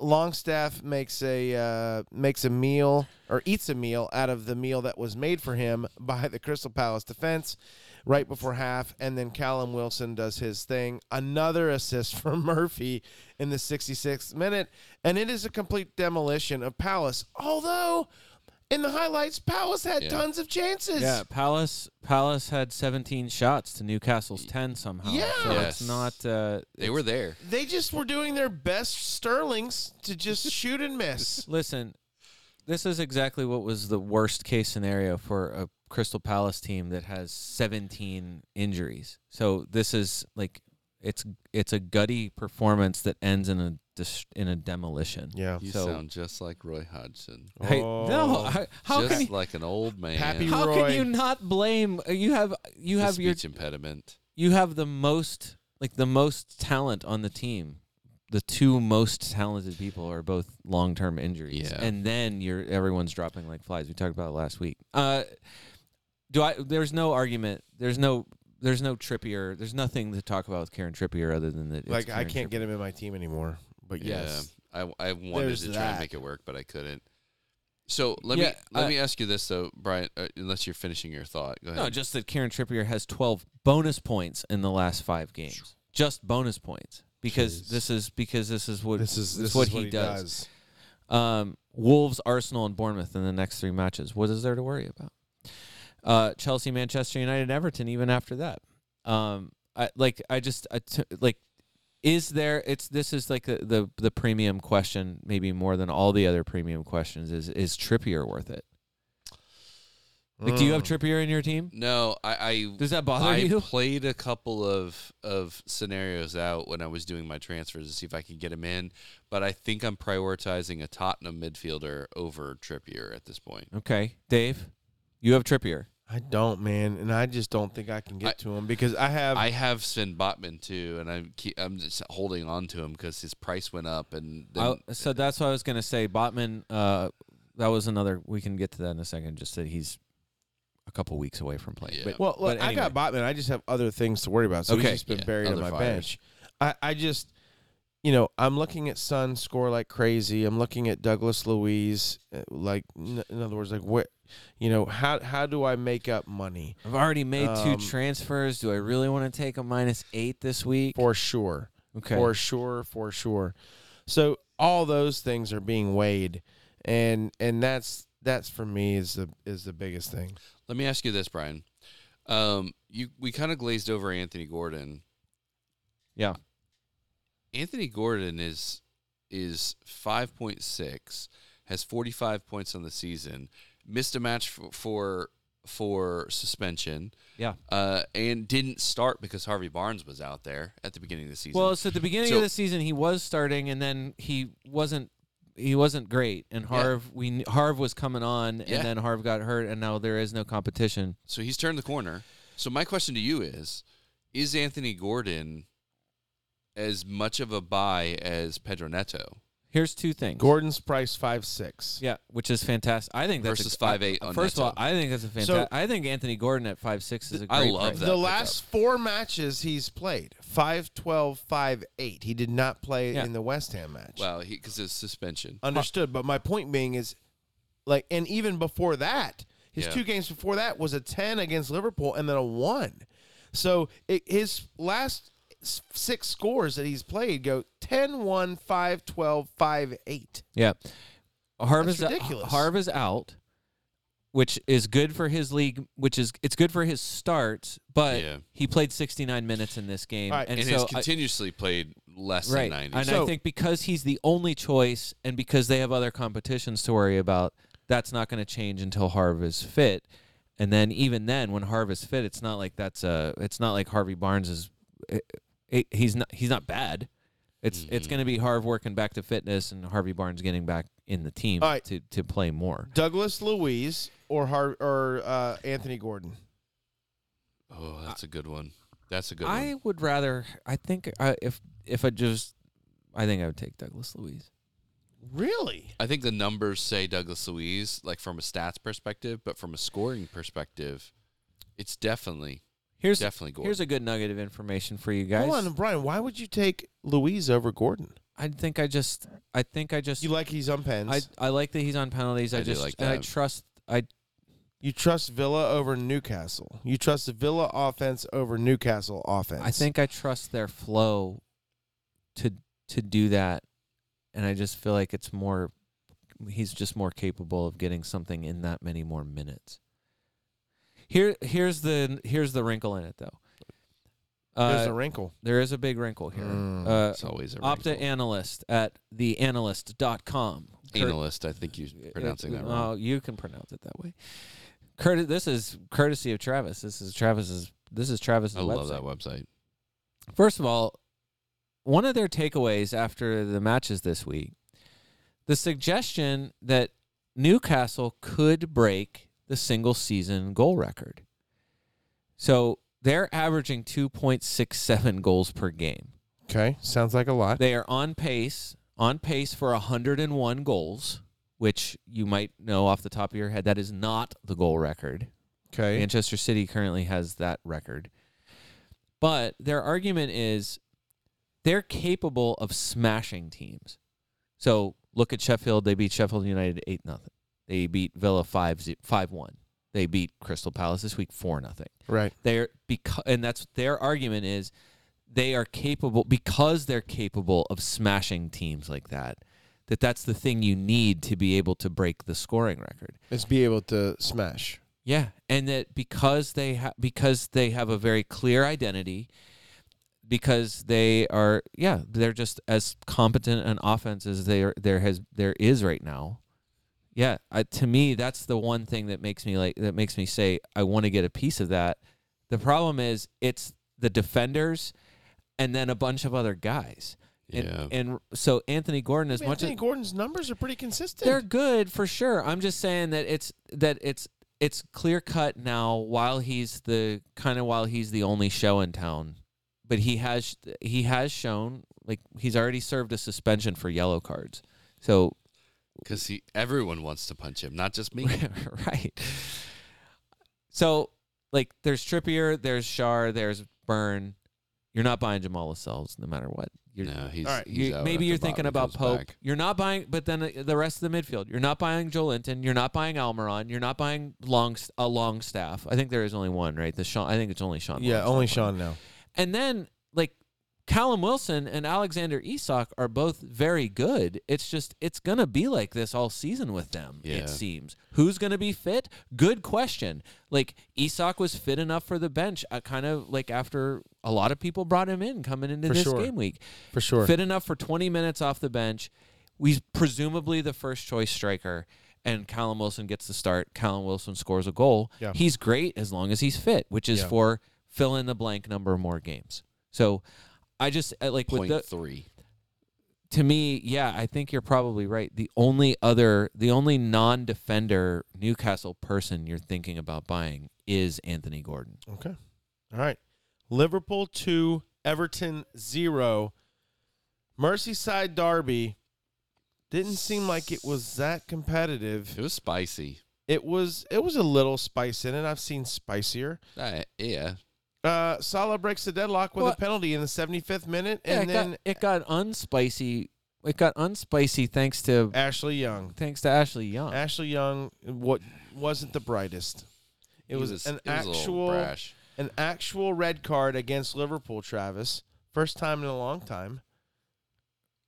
Longstaff makes a uh, makes a meal or eats a meal out of the meal that was made for him by the Crystal Palace defense right before half, and then Callum Wilson does his thing. Another assist from Murphy in the 66th minute, and it is a complete demolition of Palace. Although in the highlights, Palace had
Yeah.
tons of chances.
Yeah, Palace Palace had 17 shots to Newcastle's 10 somehow.
Yeah.
so
Yes.
it's not. Uh,
They were there.
They just were doing their best Sterlings to just shoot and miss.
listen, this is exactly what was the worst case scenario for a Crystal Palace team that has 17 injuries. So this is like it's it's a gutty performance that ends in a dis- in a demolition.
Yeah.
You
So-
sound just like Roy Hodgson.
Hey, no, I- how
Oh, just
can you,
like an old man.
Happy
how
Roy.
can you not blame? You have you
The
have your
speech impediment.
you have the most like the most talent on the team the two most talented people are both long term injuries,
Yeah.
and then you're everyone's dropping like flies. We talked about it last week. Uh, do I? There's no argument. There's no. There's no Trippier. There's nothing to talk about with Karen Trippier other than that. it's
like I
Kieran
can't
Trippier.
get him in my team anymore. But yes,
Yeah, I I wanted
There's
to try and
that.
make it work, but I couldn't. So let me
Yeah,
let
I-
me ask you this though, Brian. Uh, unless you're finishing your thought, go ahead.
No, just that Karen Trippier has 12 bonus points in the last five games. Just bonus points because
Jeez.
this is because this is what
this is this
what
is
he does. Um, Wolves, Arsenal, and Bournemouth in the next three matches. What is there to worry about? Uh, Chelsea, Manchester United, Everton. Even after that, um, I like. I just I t- like. Is there? It's this is like the, the the premium question, maybe more than all the other premium questions. Is is Trippier worth it? Like, do you have
Mm.
Trippier in your team?
no, I I,
Does that bother
I
you?
played a couple of of scenarios out when I was doing my transfers to see if I could get him in, but I think I'm prioritizing a Tottenham midfielder over Trippier at this point.
Okay, Dave, you have
Mm.
Trippier.
I don't, man, and I just don't think I can get
I-
to him because I have.
I have Sven Botman too, and I'm keep, I'm just holding on to him because his price went up, and then
I, so that's what I was gonna say. Botman, uh, that was another. We can get to that in a second. Just that he's a couple weeks away from playing.
Yeah.
But-
well, look,
but
I got Botman. I just have other things to worry about. So
Okay,
he's just been
yeah,
buried on
other
my
fires.
bench. I, I just, you know, I'm looking at Sun score like crazy. I'm looking at Douglas Louise, uh, like n- in other words, like what, you know, how how do I make up money?
I've already made
Um,
two transfers. Do I really want to take a minus eight this week?
For sure.
Okay.
For sure, for sure. So all those things are being weighed and and that's that's for me is the is the biggest thing.
Let me ask you this, Brian. Um, you we kind of glazed over Anthony Gordon.
Yeah.
Anthony Gordon is is five point six, has forty five points on the season, missed a match for for, for suspension,
yeah.
uh, and didn't start because Harvey Barnes was out there at the beginning of the season.
Well, so at the beginning
So-
of the season he was starting, and then he wasn't. He wasn't great, and
Yeah.
Harv we kn- Harv was coming on,
Yeah.
and then Harv got hurt, and now there is no competition.
So he's turned the corner. So my question to you is: Is Anthony Gordon as much of a buy as Pedro Neto?
Here's two things.
Gordon's price five six.
Yeah, which is fantastic. I think that's
Versus
a, I-
5'8" on
First of all,
Neto.
I think that's a fantastic.
So-
I think Anthony Gordon at five six is a
I
great.
love
price.
that.
The
pickup.
last four matches he's played, 5 12, 5 8. He did not play
Yeah.
in the West Ham match.
Well, because it's suspension.
Understood. But my point being is, like, and even before that, his
Yeah.
two games before that was a 10 against Liverpool and then a 1. So it, his last s- six scores that he's played go 10 1, 5 12, 5 8.
Yeah, Harv
That's
is
ridiculous.
Harv is out, which is good for his league. Which is it's good for his starts, but
Yeah.
he played sixty nine minutes in this game,
All right,
and,
And,
so
has
I-
continuously played less
right,
than 90.
and I
So-
think because he's the only choice, and because they have other competitions to worry about, that's not going to change until Harv is fit. And then even then, when Harv is fit, it's not like that's a. It's not like Harvey Barnes is. It, it- he's not. He's not bad. It's
Mm-hmm.
it's going to be Harv working back to fitness and Harvey Barnes getting back in the team
All right.
to to play more.
Douglas Louise or Har- or uh, Anthony Gordon?
oh, that's a good one. That's a good
I
one.
would rather. I think I, if if I just, I think I would take Douglas Louise.
Really?
I think the numbers say Douglas Louise, like from a stats perspective, but from a scoring perspective, it's definitely
Here's
Definitely Gordon.
Here's a good nugget of information for you guys.
Hold on, Brian. Why would you take Louise over Gordon?
I think I just. I think I just.
You like he's on pens.
I I like that he's on penalties. I,
I do
just
like
and I
that.
trust. I
you trust Villa over Newcastle. You trust Villa offense over Newcastle offense.
I think I trust their flow to to do that, and I just feel like it's more. He's just more capable of getting something in that many more minutes. Here, here's the here's the wrinkle in it though. Uh,
there's a wrinkle.
there is a big wrinkle here.
Mm.
uh,
It's always a
Opta
wrinkle.
analyst at theanalyst.com. Kurt-
analyst. I think you're pronouncing that
Oh,
wrong.
you can pronounce it that way. Curtis, this is courtesy of Travis. This is Travis's. This is Travis's
I
uh, website.
love that website.
First of all, one of their takeaways after the matches this week, the suggestion that Newcastle could break the single season goal record. So they're averaging 2.67 goals per game,
Okay, sounds like a lot.
They are on pace, on pace for 101 goals, which you might know off the top of your head that is not the goal record.
Okay,
Manchester City currently has that record. But their argument is they're capable of smashing teams. So look at Sheffield. They beat Sheffield United 8 nothing. They beat Villa 5 1. They beat Crystal Palace this week 4 nothing.
right.
They're because, and that's their argument is they are capable because they're capable of smashing teams like that. That that's the thing you need to be able to break the scoring record.
Let's be able to smash.
Yeah, and that because they ha- because they have a very clear identity, because they are yeah they're just as competent an offense as there there has there is right now. Yeah, I, to me that's the one thing that makes me like that makes me say I want to get a piece of that. The problem is it's the defenders, and then a bunch of other guys. And,
Yeah.
and so Anthony Gordon, as
I mean,
much
Anthony
as
Gordon's numbers are pretty consistent.
they're good for sure. I'm just saying that it's that it's it's clear cut now. While he's the kind of while he's the only show in town, but he has he has shown like he's already served a suspension for yellow cards. So
Because he, everyone wants to punch him, not just me.
right. So like there's Trippier, there's Shar, there's Burn. You're not buying Jamal Lascelles no matter what. You're,
no, he's,
All right,
he's
you-
out after
maybe you're
Bobby
thinking about
comes
Pope.
back.
You're not buying, but then uh, the rest of the midfield. You're not buying Jolinton. You're not buying Almiron. You're not buying Long a Longstaff. I think there is only one, right? The Sean. I think it's only Sean.
yeah,
Longstaff.
only Sean now.
And then like Callum Wilson and Alexander Isak are both very good. It's just it's gonna be like this all season with them.
Yeah.
It seems. Who's gonna be fit? Good question. Like Isak was fit enough for the bench. Uh, kind of like after a lot of people brought him in coming into
For
this
sure.
game week
For sure.
fit enough for 20 minutes off the bench. He's presumably the first choice striker, and Callum Wilson gets the start. Callum Wilson scores a goal.
Yeah.
He's great as long as he's fit, which is
Yeah.
for fill in the blank number of more games. So I just I like with
Point
the
three.
to me, yeah, I think you're probably right. The only other, the only non-defender Newcastle person you're thinking about buying is Anthony Gordon.
Okay. All right. Liverpool 2, Everton 0. Merseyside Derby didn't seem like it was that competitive.
It was spicy.
It was it was a little spice in it. I've seen spicier.
Uh, yeah.
Uh, Salah breaks the deadlock with
Well-
a penalty in the 75th minute,
Yeah,
and
it
then
got, it got unspicy. It got unspicy thanks to
Ashley Young.
thanks to Ashley Young.
Ashley Young what wasn't the brightest. It
He
was, an
he was a little
actual
brash.
an actual red card against Liverpool, Travis. First time in a long time.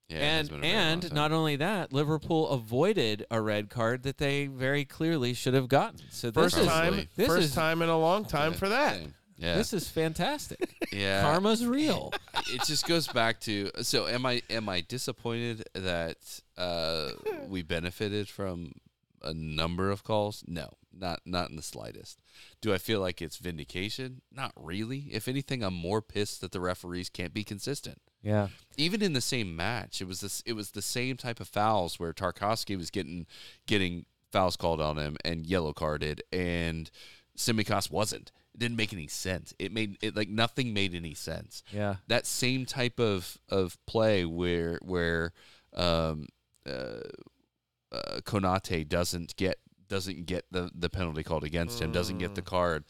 Yeah, it has been
and
a very long
and
time.
not only that, Liverpool avoided a red card that they very clearly should have gotten. So this
First
is
time,
Probably.
this
first
is
time in a long time for that.
Same. Yeah.
this is fantastic.
yeah.
Karma's real.
it just goes back to so am I am I disappointed that uh, we benefited from a number of calls? No, not not in the slightest. Do I feel like it's vindication? Not really. If anything, I'm more pissed that the referees can't be consistent.
Yeah.
Even in the same match, it was this it was the same type of fouls where Tarkovsky was getting getting fouls called on him and yellow carded and Simicas wasn't. It didn't make any sense. It made it like nothing made any sense
Yeah.
that same type of of play where where um, uh, uh, Konate doesn't get doesn't get the the penalty called against him, doesn't get the card.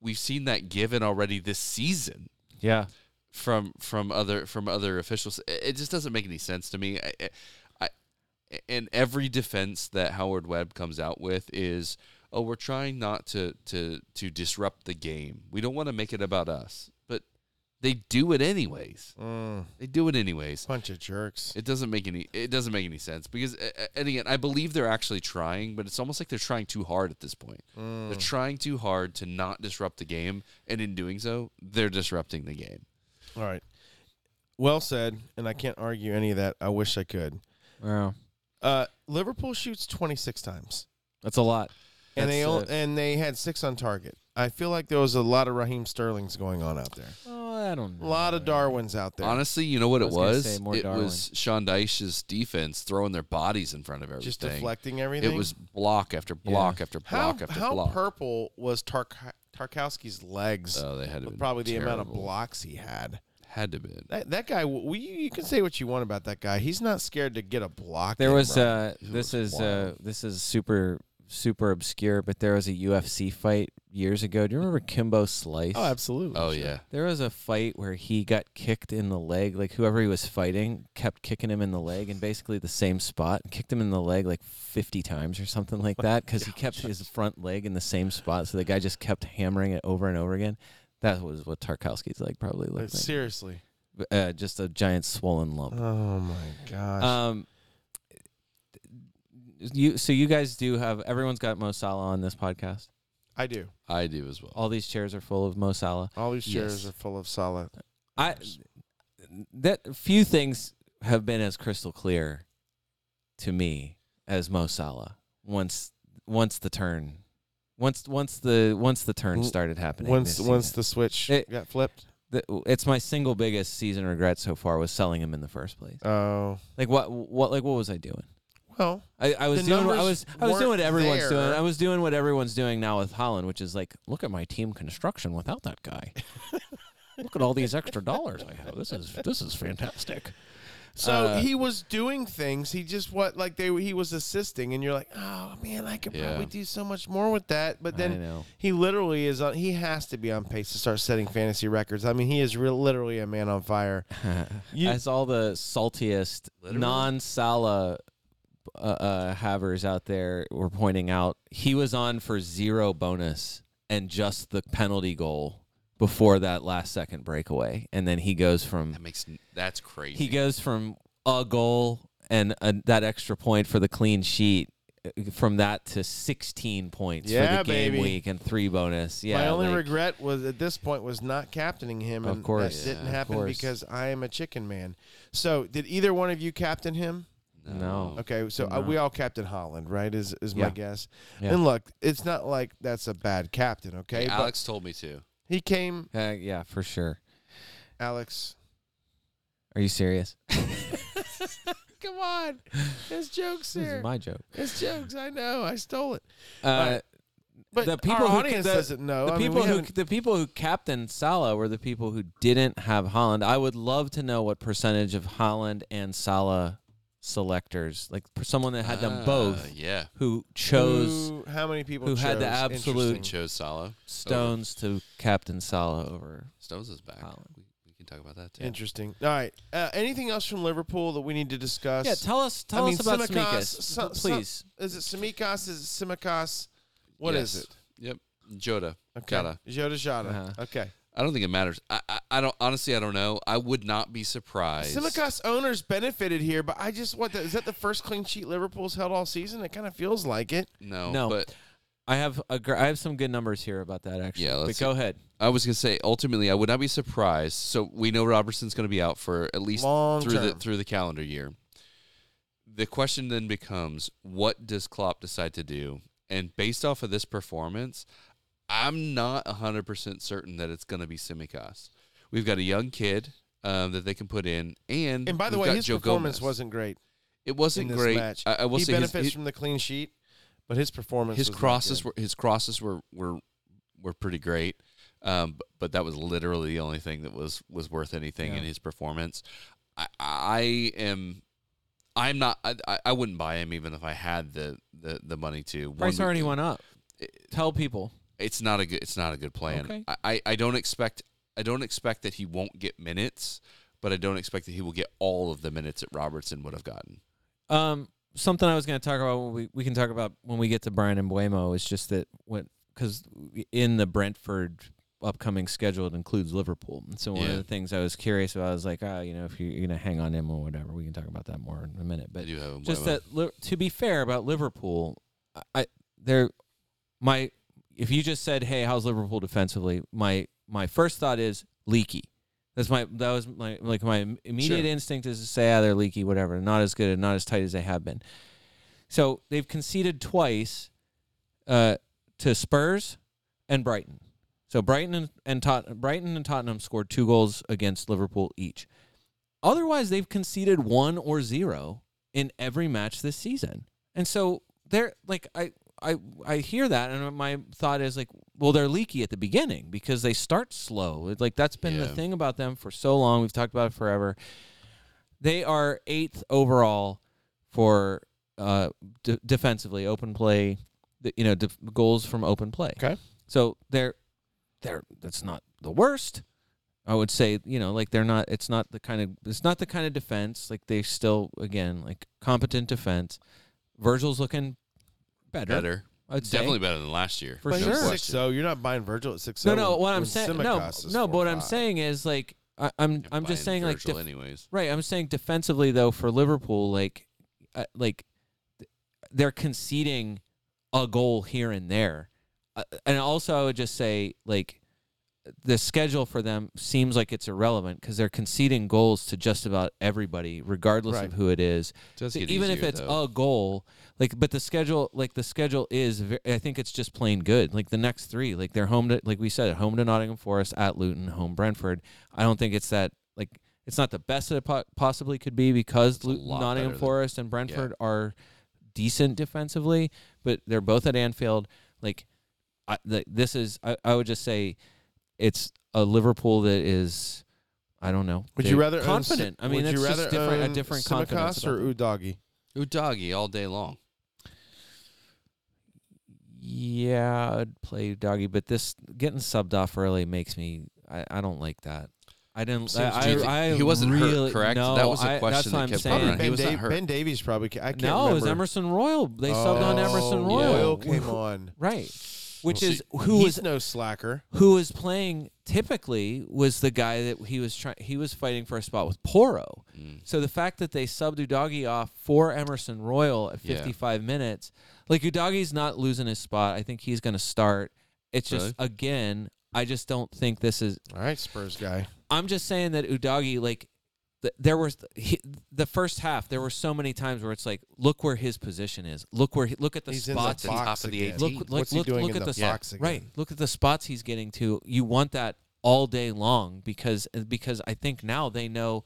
We've seen that given already this season
Yeah.
from from other from other officials. It it just doesn't make any sense to me. I, I, I- and every defense that Howard Webb comes out with is, oh, we're trying not to to to disrupt the game. We don't want to make it about us, but they do it anyways.
Mm,
They do it anyways.
bunch of jerks.
It doesn't make any it doesn't make any sense because uh, uh, and again I believe they're actually trying, but it's almost like they're trying too hard at this point.
Mm,
They're
Hmm.
trying too hard to not disrupt the game, and in doing so, they're disrupting the game.
All right. Well said, and I can't argue any of that. I wish I could.
Wow.
Uh, Liverpool shoots 26 times,
That's a lot.
and they
That's,
o-
uh,
and they had six on target. I feel like there was a lot of Raheem Sterling's going on out there.
Oh, I don't
A
know.
lot of Darwins out there.
Honestly, you know what
I
it
was gonna
was?
say more
it
Darwin.
was Sean Dyche's defense throwing their bodies in front of everything.
just deflecting everything.
It was block after block after
how,
block after
how
block.
purple was Tark- Tarkowski's legs?
oh, they had
with
been
probably the amount of
terrible.
blocks he had.
Had to been.
That, that guy, we, you can say what you want about that guy. He's not scared to get a block.
There
in,
was
bro.
uh
It
this
was
is uh this is super super obscure, but there was a UFC fight years ago. Do you remember Kimbo Slice?
oh, absolutely.
Oh
Sure.
yeah.
There was a fight where he got kicked in the leg. Like whoever he was fighting kept kicking him in the leg in basically the same spot. Kicked him in the leg like 50 times or something
Oh
like that because he kept his front leg in the same spot. So the guy just kept hammering it over and over again. That was what Tarkowski's leg probably
Like,
looked like.
seriously.
Uh, just a giant swollen lump.
Oh my gosh.
Um, you so you guys do have everyone's got Mo Salah on this podcast.
I do.
I do as well.
All these chairs are full of Mo Salah.
All these chairs
Yes.
are full of solid.
I that few things have been as crystal clear to me as Mo Salah once once the turn once once the once the turn
W-
started happening.
Once
this
once
season.
the switch
It-
got flipped.
The- it's my single biggest season regret so far was selling him in the first place.
Oh
Like what what like what was I doing?
well.
I, I was
The
doing what I
numbers
was I was doing what
weren't
everyone's
there.
doing. I was doing what everyone's doing now with Holland, which is like, look at my team construction without that guy. look at all these extra dollars I have. This is this is fantastic.
So
Uh,
he was doing things. He just what like they he was assisting, and you're like, oh man, I could
Yeah.
probably do so much more with that. But
I
then
know.
he literally is on. He has to be on pace to start setting fantasy records. I mean, he is real literally a man on fire. You-
As all the saltiest non Sala uh, uh, havers out there were pointing out, he was on for zero bonus and just the penalty goal before that last second breakaway, and then he goes from
That makes n- that's crazy.
he goes from a goal and uh that extra point for the clean sheet uh, from that to 16 points
Yeah,
for the game
baby.
week and three bonus. Yeah,
My only
like,
regret was at this point was not captaining him.
Of
And
course.
that didn't
Yeah, of
happen
course.
because I am a chicken man. So did either one of you captain him?
No.
Okay, so uh, we all captain Holland, right? Is is
Yeah.
my guess?
Yeah.
And look, it's not like that's a bad captain. Okay,
Hey,
But
Alex told me to.
he came.
Uh, yeah, for sure.
Alex,
Are you serious?
come on, it's jokes
This
here.
is my joke.
it's jokes. I know. I stole it.
Uh,
But
The
the people
people
our
who-
audience
the-
doesn't know.
the
I mean, we
people who
haven't-
the people who captained Salah were the people who didn't have Holland. I would love to know what percentage of Holland and Salah selectors, like for someone that had
Uh,
them
Ah,
both,
Yeah.
who chose
who- how many people
who had the
chose?
absolute-
They
Interesting.
chose Sala. Oh,
Stones to captain Salah over
Stones is back.
Holland.
We, we can talk about that too.
Interesting. All right. Uh, anything else from Liverpool that we need to discuss?
Yeah, tell us
I
tell
mean,
us about
Tsimikas,
Simikas,
so- so-
please.
Is it Simicas? Is it Simicas? What is
Yes.
it?
Yep. Jota.
Okay.
Jota.
Jota Jota.
Uh-huh.
Okay.
I don't think it matters. I, I I don't honestly I don't know. I would not be surprised.
Simicas owners benefited here, but I just what the, is that the first clean sheet Liverpool's held all season? It kind of feels like it.
No.
No.
But
I have a gr- I have some good numbers here about that actually.
Yeah,
but
let's
go ahead.
I was gonna say ultimately I would not be surprised. So we know Robertson's gonna be out for at least
Long
through the
term.
through the calendar year. The question then becomes, what does Klopp decide to do? And based off of this performance, I'm not 100% certain that it's going to be Simicas. We've got a young kid um, that they can put in, and
And by the
we've
way,
got
his
Joe
performance
Gomez.
wasn't great
it
in
wasn't
this
great.
match.
I, I will
he
say his-
benefits
his,
from the clean sheet, but his performance
his
was not
crosses
good.
were his crosses were were were pretty great, um, but, but that was literally the only thing that was was worth anything in his performance. I, I am. I'm not. I, I- I wouldn't buy him even if I had the the, the money to.
Price
One-
already went up. Tell people.
It's not a good. It's not a good plan.
Okay.
I, I, I don't expect. I don't expect that he won't get minutes, but I don't expect that he will get all of the minutes that Robertson would have gotten.
Um, something I was going to talk about. When we we can talk about when we get to Brian and Buemo is just that when because in the Brentford upcoming schedule it includes Liverpool. And so one
Yeah.
of the things I was curious about was like, oh, you know, if you're, you're going to hang on him or whatever, we can talk about that more in a minute.
I
But
do have him
just
well.
that Li- to be fair about Liverpool, I, I there my if you just said, "Hey, how's Liverpool defensively?" my my first thought is leaky. That's my that was my like my immediate
Sure.
instinct is to say, "Ah, they're leaky, whatever. Not as good and not as tight as they have been." So, they've conceded twice uh, to Spurs and Brighton. So Brighton and, and Tot- Brighton and Tottenham scored two goals against Liverpool each. Otherwise, they've conceded one or zero in every match this season. And so they're like I I I hear that, and my thought is like, well, they're leaky at the beginning because they start slow. It's like that's been the
Yeah.
thing about them for so long. We've talked about it forever. They are eighth overall for uh, de- defensively open play. the- You know, def- goals from open play.
Okay.
so they're they're that's not the worst. I would say, you know, like they're not. It's not the kind of. It's not the kind of defense. Like they still, again, like competent defense. Virgil's looking better.
Better.
I'd say.
Definitely better than last year.
For sure.
question.
Six oh, you're not buying Virgil at six
No,
oh.
no. What I'm
when
saying, no,
Tsimikas is
no. But what I'm
4-5.
saying is like I, I'm. I'm just
Buying
saying like
Virgil
def-
anyways.
right. I'm saying defensively though for Liverpool, like, uh, like th- they're conceding a goal here and there, uh, and also I would just say like the schedule for them seems like it's irrelevant because they're conceding goals to just about everybody, regardless
Right.
of who it is.
Does
So
get
E even if
easier,
it's
though.
a goal like but the schedule like the schedule is ve- i think it's just plain good like the next three like they're home to like we said home to nottingham forest at luton home brentford i don't think it's that like it's not the best that it po- possibly could be because
a
luton
lot
nottingham
better than-
forest and brentford are decent defensively but they're both at anfield like I, the, this is I, I would just say it's a liverpool that is I don't know.
Would
They-
you rather own Si-
confident? I mean,
would
it's
you rather
just different, a
own
different
Tsimikas
confidence about
or
them.
Udagi?
Udagi all day long.
Yeah, I'd play doggy, but this getting subbed off early makes me. I, I don't like that. I didn't.
So
I,
do you think-
I,
he wasn't hurt,
really-
correct?
No,
That was the
I-
question
That's what
that
I'm
kept
saying.
popping
Ben,
He was not hurt.
ben Davies probably. Ca- I can't
no, it was
remember.
Emerson Royal. They subbed on Emerson
Oh,
Royal,
Royal came on.
right? Which
We'll
is
see.
who
He's
was
no slacker.
who was playing typically was the guy that he was trying. He was fighting for a spot with Poro. So the fact that they subbed Udagi off for Emerson Royal at
Yeah.
55 minutes, like Udagi's not losing his spot. I think he's going to start. It's just again, I just don't think this is.
All right, Spurs guy.
I'm just saying that Udagi, like, th- there was he, the first half. There were so many times where it's like, look where his position is. Look where he, look at the
He's in the
spots.
box
top of the
again.
18.
Look,
What's
look,
he
look,
doing
look
in
at
the
the,
box again?
right. Look at the spots he's getting to. You want that all day long because uh, because I think now they know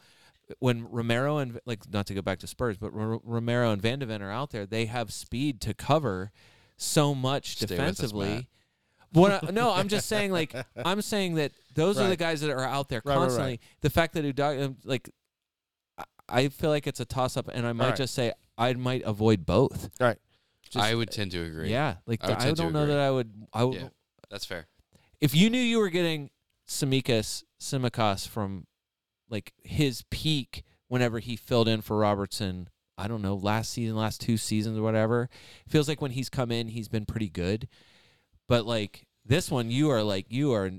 uh, when Romero and like not to go back to Spurs, but R- Romero and Van de Ven are out there, they have speed to cover so much
Stay with us, Matt.
defensively. What I, no, I'm just saying like I'm saying that those are the
Right.
guys that are out there
Right, right, right.
constantly. The fact that Udogi, um, like I- I feel like it's a toss up, and I might
right.
just say I might avoid both.
All right.
Just-
I would tend to agree.
Yeah, like
I
the-
would
I,
tend to
don't know
agree.
that I would. I would
Yeah. That's fair.
if you knew you were getting Simikas Simicas from like his peak whenever he filled in for Robertson, I don't know, last season, last two seasons or whatever. Feels like when he's come in, he's been pretty good. But like this one, you are like you are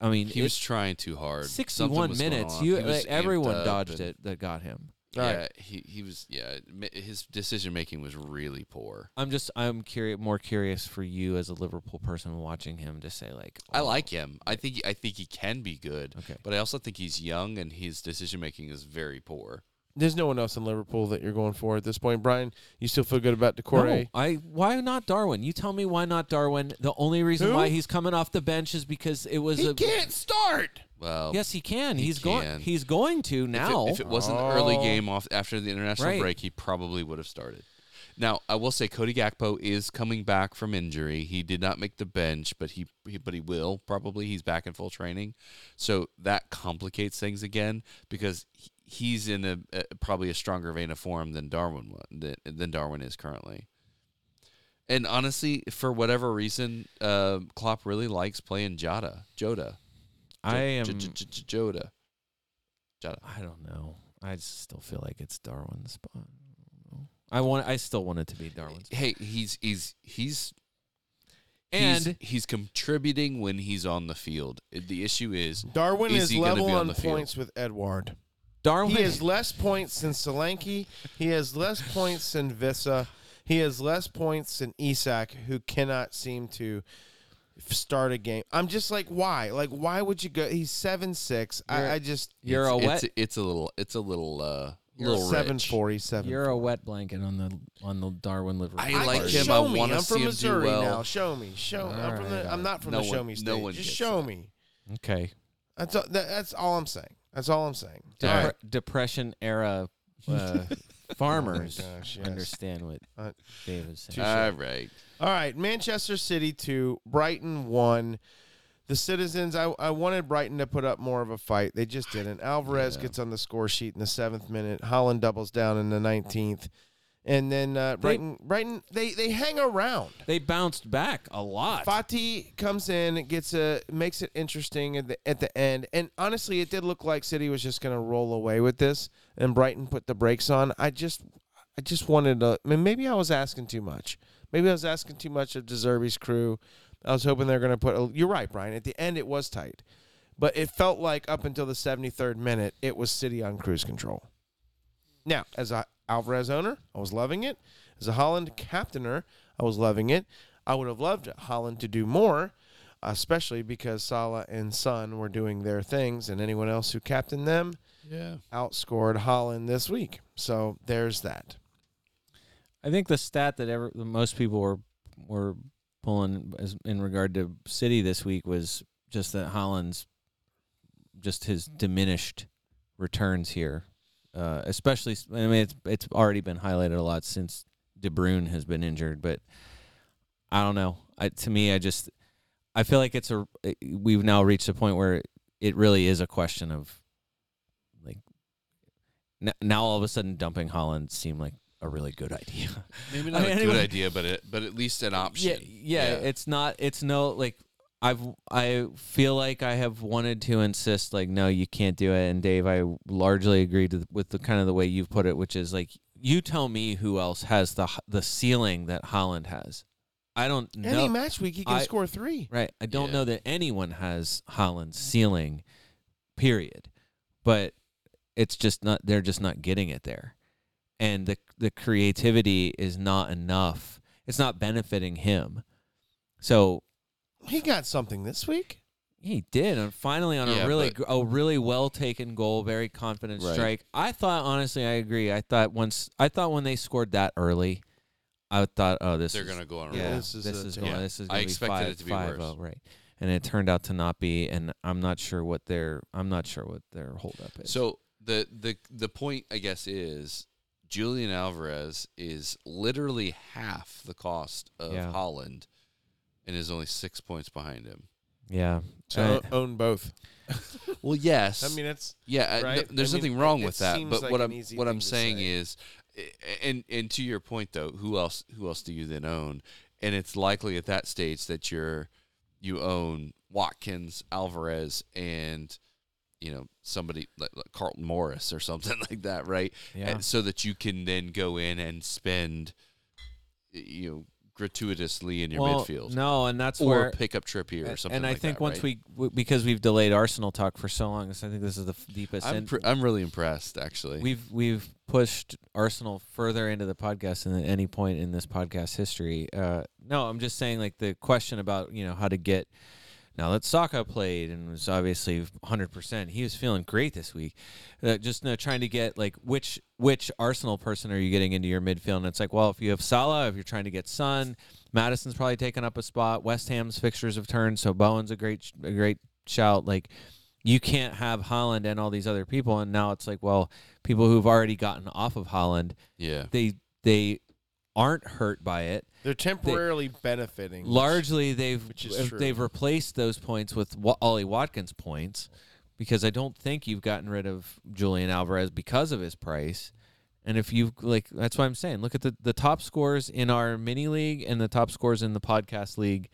I mean
He was trying too hard.
it's
Something
61
was going
minutes.
on.
You
He was
like, everyone
amped up
dodged
and-
it that got him.
Yeah, he he was yeah. ma- His decision making was really poor.
I'm just I'm curious more curious for you as a Liverpool person watching him to say like
I
oh,
like him. I think I think he can be good.
Okay.
But I also think he's young and his decision making is very poor.
There's no one else in Liverpool that you're going for at this point, Brian. You still feel good about Decore?
No, I why not Darwin? You tell me why not Darwin. The only reason
Who?
why he's coming off the bench is because it was a
start.
Well,
Yes, he can.
He
he's
can.
going he's going to
if it-
now.
If it, wasn't the early
Oh.
game off after the international
Right.
break, he probably would have started. Now I will say Cody Gakpo is coming back from injury. He did not make the bench, but he, he but he will probably. He's back in full training, so that complicates things again because he- he's in a, a probably a stronger vein of form than Darwin wa- than, than Darwin is currently. And honestly, for whatever reason, uh, Klopp really likes playing Jota. Jota.
I am
J- J- J- J- Jota. Jota.
I don't know. I just still feel like it's Darwin's spot. I want I still want it to be Darwin's.
hey, he's he's he's
And
he's, he's contributing when he's on the field. The issue is
Darwin
Is
is
he gonna
level
be on
on,
the field?
points with Edward.
Darwin
He has less points than Solanke. He has less points than Vissa. He has less points than Isak, who cannot seem to f- start a game. I'm just like, why? Like, why would you go? He's seven six. I, I just
you're a
it's,
wet
It's, it's a little. It's a little. Uh,
You're a
little
seven
rich.
forty seven.
you're a wet blanket on the on the Darwin Liverpool.
I like
part.
him.
Show
I
me.
wanna
I'm
see
from
him do
Missouri
well.
now. Show me. Show. me. I'm from
Alright,
the. I'm not from
No
the
one-
show me
no
stage.
one
Just
gets
show
that.
me.
Okay.
That's all, that, that's all I'm saying. That's all I'm saying.
Depre-
All right. Oh
Depression era uh, farmers
gosh, yes.
understand what
Uh,
Dave is saying.
All right.
All right, Manchester City two, Brighton one. The citizens, I, I wanted Brighton to put up more of a fight. They just didn't. Alvarez gets on the score sheet in the seventh minute. Holland doubles down in the nineteenth, and then uh, Brighton, Brighton, they they hang around.
they bounced back a lot.
Fati comes in, gets a makes it interesting at the at the end. And honestly, it did look like City was just going to roll away with this, and Brighton put the brakes on. I just I just wanted to. I mean, maybe I was asking too much. Maybe I was asking too much of Deserby's crew. I was hoping they're going to put. A, you're right, Brian. At the end, it was tight, but it felt like up until the 73rd minute, it was City on cruise control. Now, as a Alvarez owner, I was loving it. As a Holland captainer, I was loving it. I would have loved Holland to do more, especially because Salah and Son were doing their things, and anyone else who captained them
Yeah.
outscored Holland this week. So there's that.
I think the stat that ever the most people were were pulling as in regard to City this week was just that Holland's just his diminished returns here, uh, especially. I mean, it's it's already been highlighted a lot since De Bruyne has been injured, but I don't know. I, to me, I just I feel like it's a we've now reached a point where it really is a question of like n- now all of a sudden dumping Holland seemed like a really good idea.
Maybe not
mean,
a
anyway-
good idea, but it, but at least an option.
Yeah, yeah, It's not. It's no like. I've I feel like I have wanted to insist like no you can't do it and Dave I largely agree to, with the kind of the way you've put it which is like you tell me who else has the the ceiling that Holland has I don't know
Any match week, he can
I-
score three.
Right. I don't
Yeah.
know that anyone has Holland's ceiling, period. But it's just not they're just not getting it there. And the the creativity is not enough. It's not benefiting him. So
He got something this week.
he did, and finally on
Yeah,
a really
but-
gr- a really well taken goal, very confident
Right.
strike. I thought honestly, I agree. I thought once I thought when they scored that early, I thought, oh, this
They're
is
gonna go on a
yeah,
roll.
this
This
is
is
this
a
is,
tear.
going, this is
I
going to be
expected
five,
it to be
five
worse.
oh, right? And it turned out to not be, and I'm not sure what their I'm not sure what their holdup is.
So the the the point I guess is Julian Alvarez is literally half the cost of
Yeah.
Holland, and is only six points behind him.
yeah,
eh,
So own both.
Well, yes.
I mean, it's
Yeah, I-
right?
th- there's
I mean,
nothing wrong
it-
with
it
that.
seems
But
like
what
an
I'm
easy
what I'm
thing to
saying
say.
is, a- and and to your point though, who else who else do you then own? And it's likely at that stage that you're you own Watkins, Alvarez, and you know somebody like, like Carlton Morris or something like that, right?
Yeah.
And so that you can then go in and spend, you know, gratuitously in your
well,
midfield
No, and that's
or
where.
pick up Trippier or
and-
something.
and I
like
think
that,
once
right?
we w- because we've delayed Arsenal talk for so long, so I think this is the f- deepest.
I'm
in-
pr- I'm really impressed actually.
We've we've pushed Arsenal further into the podcast than at any point in this podcast history. Uh, no, I'm just saying like the question about you know how to get. Now that Saka played and was obviously 100, percent he was feeling great this week. Uh, just you know, trying to get like which which Arsenal person are you getting into your midfield? And it's like, well, if you have Salah, if you're trying to get Son, Madison's probably taken up a spot. West Ham's fixtures have turned, so Bowen's a great sh- a great shout. Like you can't have Holland and all these other people. And now it's like, well, people who've already gotten off of Holland,
yeah.
they they aren't hurt by it.
they're temporarily benefiting.
Largely, they've uh,
Which is true.
they've replaced those points with Wa- Ollie Watkins points because I don't think you've gotten rid of Julian Alvarez because of his price. And if you like, that's why I'm saying, look at the the top scores in our mini league and the top scores in the podcast league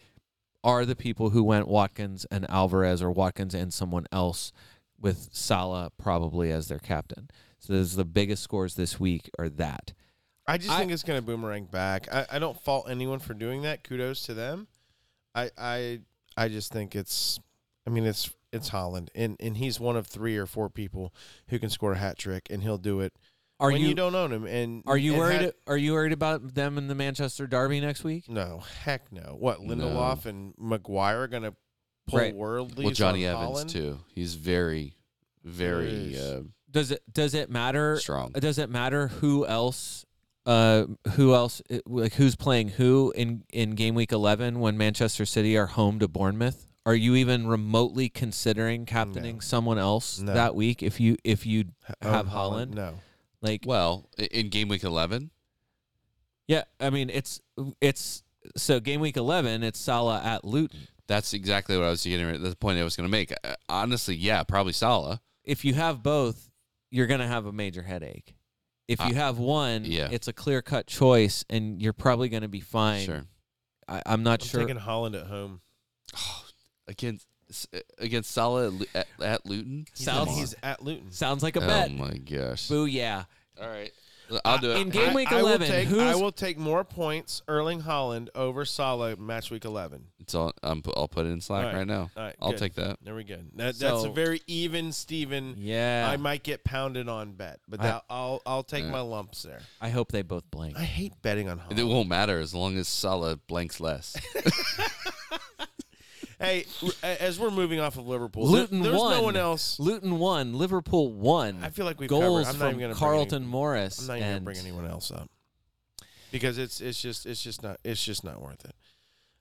are the people who went Watkins and Alvarez or Watkins and someone else with Salah probably as their captain. So those are the biggest scores this week are that.
I just
I-
think it's going to boomerang back. I, I don't fault anyone for doing that. Kudos to them. I I I just think it's. I mean, it's it's Holland, and and he's one of three or four people who can score a hat trick, and he'll do it
Are
when
you,
you, don't own him. And
Are you
and
worried?
hat-
are you worried about them in the Manchester Derby next week?
no, heck no. What Lindelof and McGuire are going to pull
Right.
worldly?
Well, Johnny
on
Evans
Holland?
too. He's very, very
Yes.
uh,
Does it does it matter?
strong.
Does it matter who else? Uh, who else? uh, Like who's playing who in in game week eleven when Manchester City are home to Bournemouth? Are you even remotely considering captaining someone else
No.
that week if you if you
H-
have
own
Holland?
oh, No,
Like
Well, i- in game week 11,
yeah, I mean it's it's so game week 11 it's Salah at Luton.
that's exactly what I was getting at. The point I was going to make. Uh, Honestly, yeah, probably Salah.
If you have both, you're going to have a major headache. If you
Uh,
have one,
yeah.
it's a clear-cut choice and you're probably going to be fine.
Sure.
I, I'm not
I'm
sure.
taking Holland at home.
Against uh, against Salah at, Lu- at, at Luton.
He's,
Sounds-
he's at Luton.
Sounds like a
Um,
oh
bet.
my gosh.
Boo yeah.
All right. I'll do it.
In game
I-
week
I,
11,
will take,
who's
I will take more points Erling Holland over Salah match week 11.
It's all, I'm, pu- I'll put it in Slack
All
right,
right.
now.
All right,
I'll
good.
take that.
There we go. That, that's
So-
a very even Steven.
Yeah.
I might get pounded on bet, but
I-
that, I'll I'll take
Yeah.
my lumps there.
I hope they both blank.
I hate betting on
It
Holland.
won't matter as long as Salah blanks less.
Hey, r- a- as we're moving off of Liverpool, there-
Luton
there's
won.
no one else.
Luton won. Liverpool won.
I feel like we've
goals
covered. I'm not
from
even gonna bring any-
Carlton Morris.
I'm not even gonna
and-
bring anyone else up because it's it's just it's just not it's just not worth it.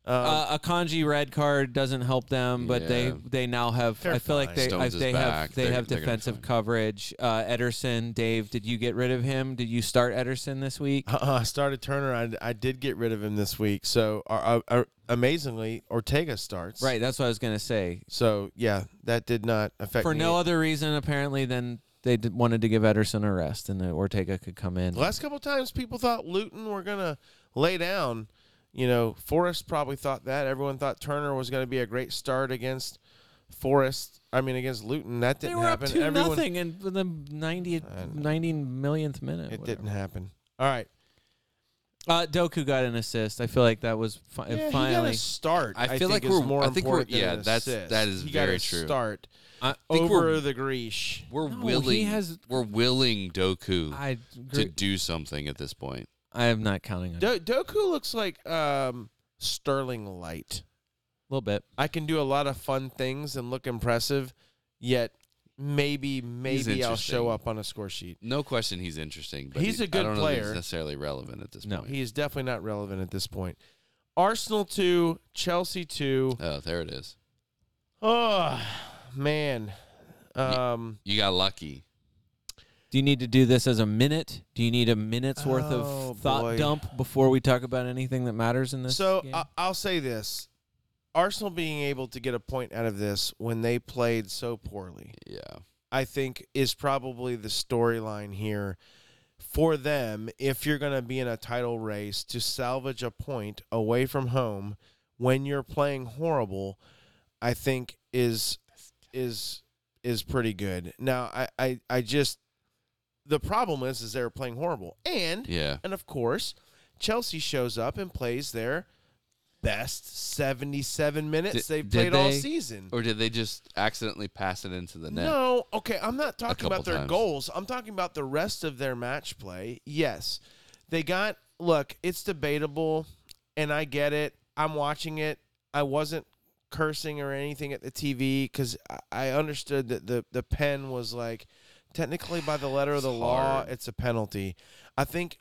Um,
Uh, a kanji red card doesn't help them, but they,
Yeah.
they now have.
They're
I feel like
fine.
they I,
Stones is
they
back.
have they
They're-
have
they're gonna be
defensive
fine.
coverage. Uh, Ederson, Dave, did you get rid of him? Did you start Ederson this week?
Uh, I started Turner. I, I did get rid of him this week. So, uh, uh, amazingly, Ortega starts.
Right, that's what I was gonna say.
So, yeah, that did not affect
For
me.
no other reason apparently than they did, wanted to give Ederson a rest and that Ortega could come in.
The last couple times people thought Luton were going to lay down. You know, Forrest probably thought that. Everyone thought Turner was going to be a great start against Forrest. I mean, against Luton. That
They
didn't
were
happen.
up two
Everyone,
nothing in the 90,
I know.
90 millionth minute.
It
whatever.
didn't happen. All right.
Uh, Doku got an assist. I feel like that was fi-
Yeah, he got
finally.
a start.
I feel
think
like
is
we're-
more
I think we're-
important than
yeah,
an
that's-
assist.
that is
he got
very
a
true.
Start
I
think
over
we're-
the Greesh.
We're
No, he
willing.
has-
we're willing Doku
I
to
agree.
do something at this point.
I am not counting on it. a
Do- Doku looks like um, Sterling Light.
little bit.
I can do a lot of fun things and look impressive, yet maybe maybe I'll
interesting.
show up on a score sheet.
No question, he's interesting. But
He's
he-
a good
I don't know that he's
player.
necessarily relevant at this
No.
point.
He is definitely not relevant at this point. Arsenal two, Chelsea two.
Oh, there it is.
Oh man, um,
You got lucky.
Do you need to do this as a minute? Do you need a minute's worth
Oh,
of thought
boy.
dump before we talk about anything that matters in this?
so uh,
game?
I- I'll say this: Arsenal being able to get a point out of this when they played so poorly.
Yeah.
I think is probably the storyline here for them if you're going to be in a title race to salvage a point away from home when you're playing horrible I think is is is pretty good. Now I I, I just the problem is is they're playing horrible. And
Yeah.
and of course Chelsea shows up and plays their best 77 minutes
Did-
they've
did
played all
they?
season.
Or did they just accidentally pass it into the net?
No, okay, I'm not talking
couple
about their
times.
goals. I'm talking about the rest of their match play. Yes. They got look, it's debatable and I get it. I'm watching it. I wasn't cursing or anything at the TV cuz I understood that the the pen was like technically by the letter of the
It's
law
hard.
it's a penalty. I think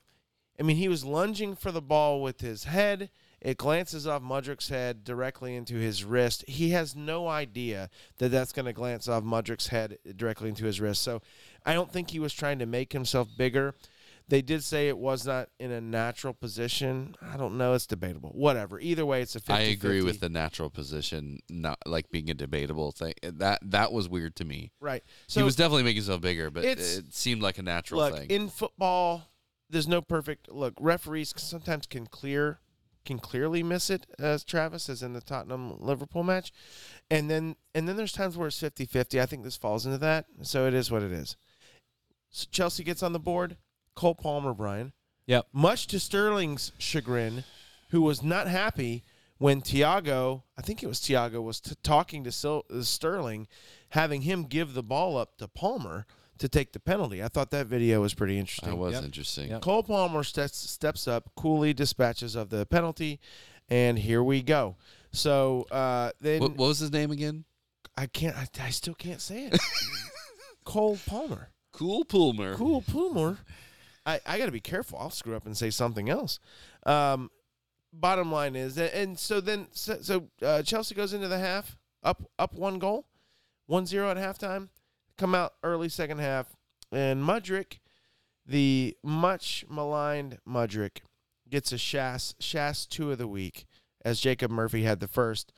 I mean he was lunging for the ball with his head. It glances off Mudrick's head directly into his wrist. He has no idea that that's going to glance off Mudrick's head directly into his wrist. So I don't think he was trying to make himself bigger. They did say it was not in a natural position. I don't know. It's debatable. Whatever. Either way, it's a 50
I agree with the natural position, not like being a debatable thing. That that was weird to me.
Right. So
he was definitely making himself bigger, but
it's-
it seemed like a natural
look
thing.
in football there's no perfect look referees c- sometimes can clear can clearly miss it as travis as in the tottenham liverpool match and then and then there's times where it's 50-50 i think this falls into that so it is what it is so chelsea gets on the board cole palmer brian
Yep.
much to sterling's chagrin who was not happy when Tiago, I think it was Tiago, was t- talking to Sil- uh, Sterling, having him give the ball up to Palmer to take the penalty. I thought that video was pretty interesting.
that was interesting.
Yep.
Cole Palmer steps, steps up, coolly dispatches of the penalty, and here we go. So uh, then
What, what was his name again?
I can't, I, I still can't say it. Cole Palmer,
Cool Pulmer.
cool Palmer. I, I got to be careful. I'll screw up and say something else. Um, bottom line is, and, and so then so, so uh, Chelsea goes into the half up up one goal, 1-0 at halftime. Come out early second half, and Mudrick the much maligned Mudrick gets a Shas Shas two of the week, as Jacob Murphy had the first.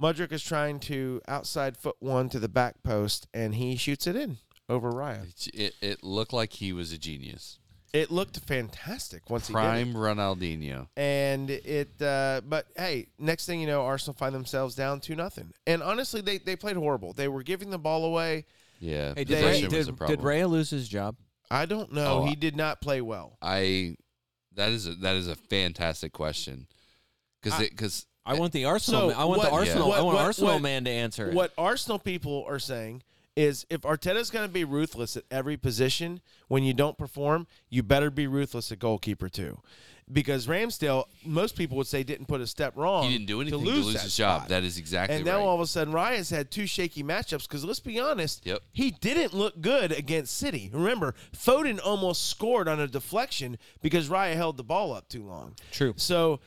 Mudrick is trying to outside foot one to the back post, and he shoots it in over Raya.
It, it looked like he was a genius.
It looked fantastic once he did it.
Prime Ronaldinho.
and it uh, but hey next thing you know arsenal find themselves down to nothing and honestly they, they played horrible they were giving the ball away
Yeah.
Hey, did,
They-
Ray,
possession was a
did,
problem.
did Raya lose his job?
i don't know
Oh,
he
I-
did not play well
I that is a, that is a fantastic question because
I-
because
I want the Arsenal.
Uh, So
ma- I want
what-
the Arsenal.
what-
I want
what-
Arsenal
what-
man to answer it.
what arsenal people are saying is if arteta's going to be ruthless at every position when you don't perform you better be ruthless at goalkeeper too because ramsdale most people would say didn't put a step wrong
he didn't do anything
um, to lose, that
his job.
spot.
That is exactly
and now
right.
all of a sudden Raya's had two shaky matchups because let's be honest,
Yep.
he didn't look good against City. Remember, Foden almost scored on a deflection because Raya held the ball up too long.
True.
So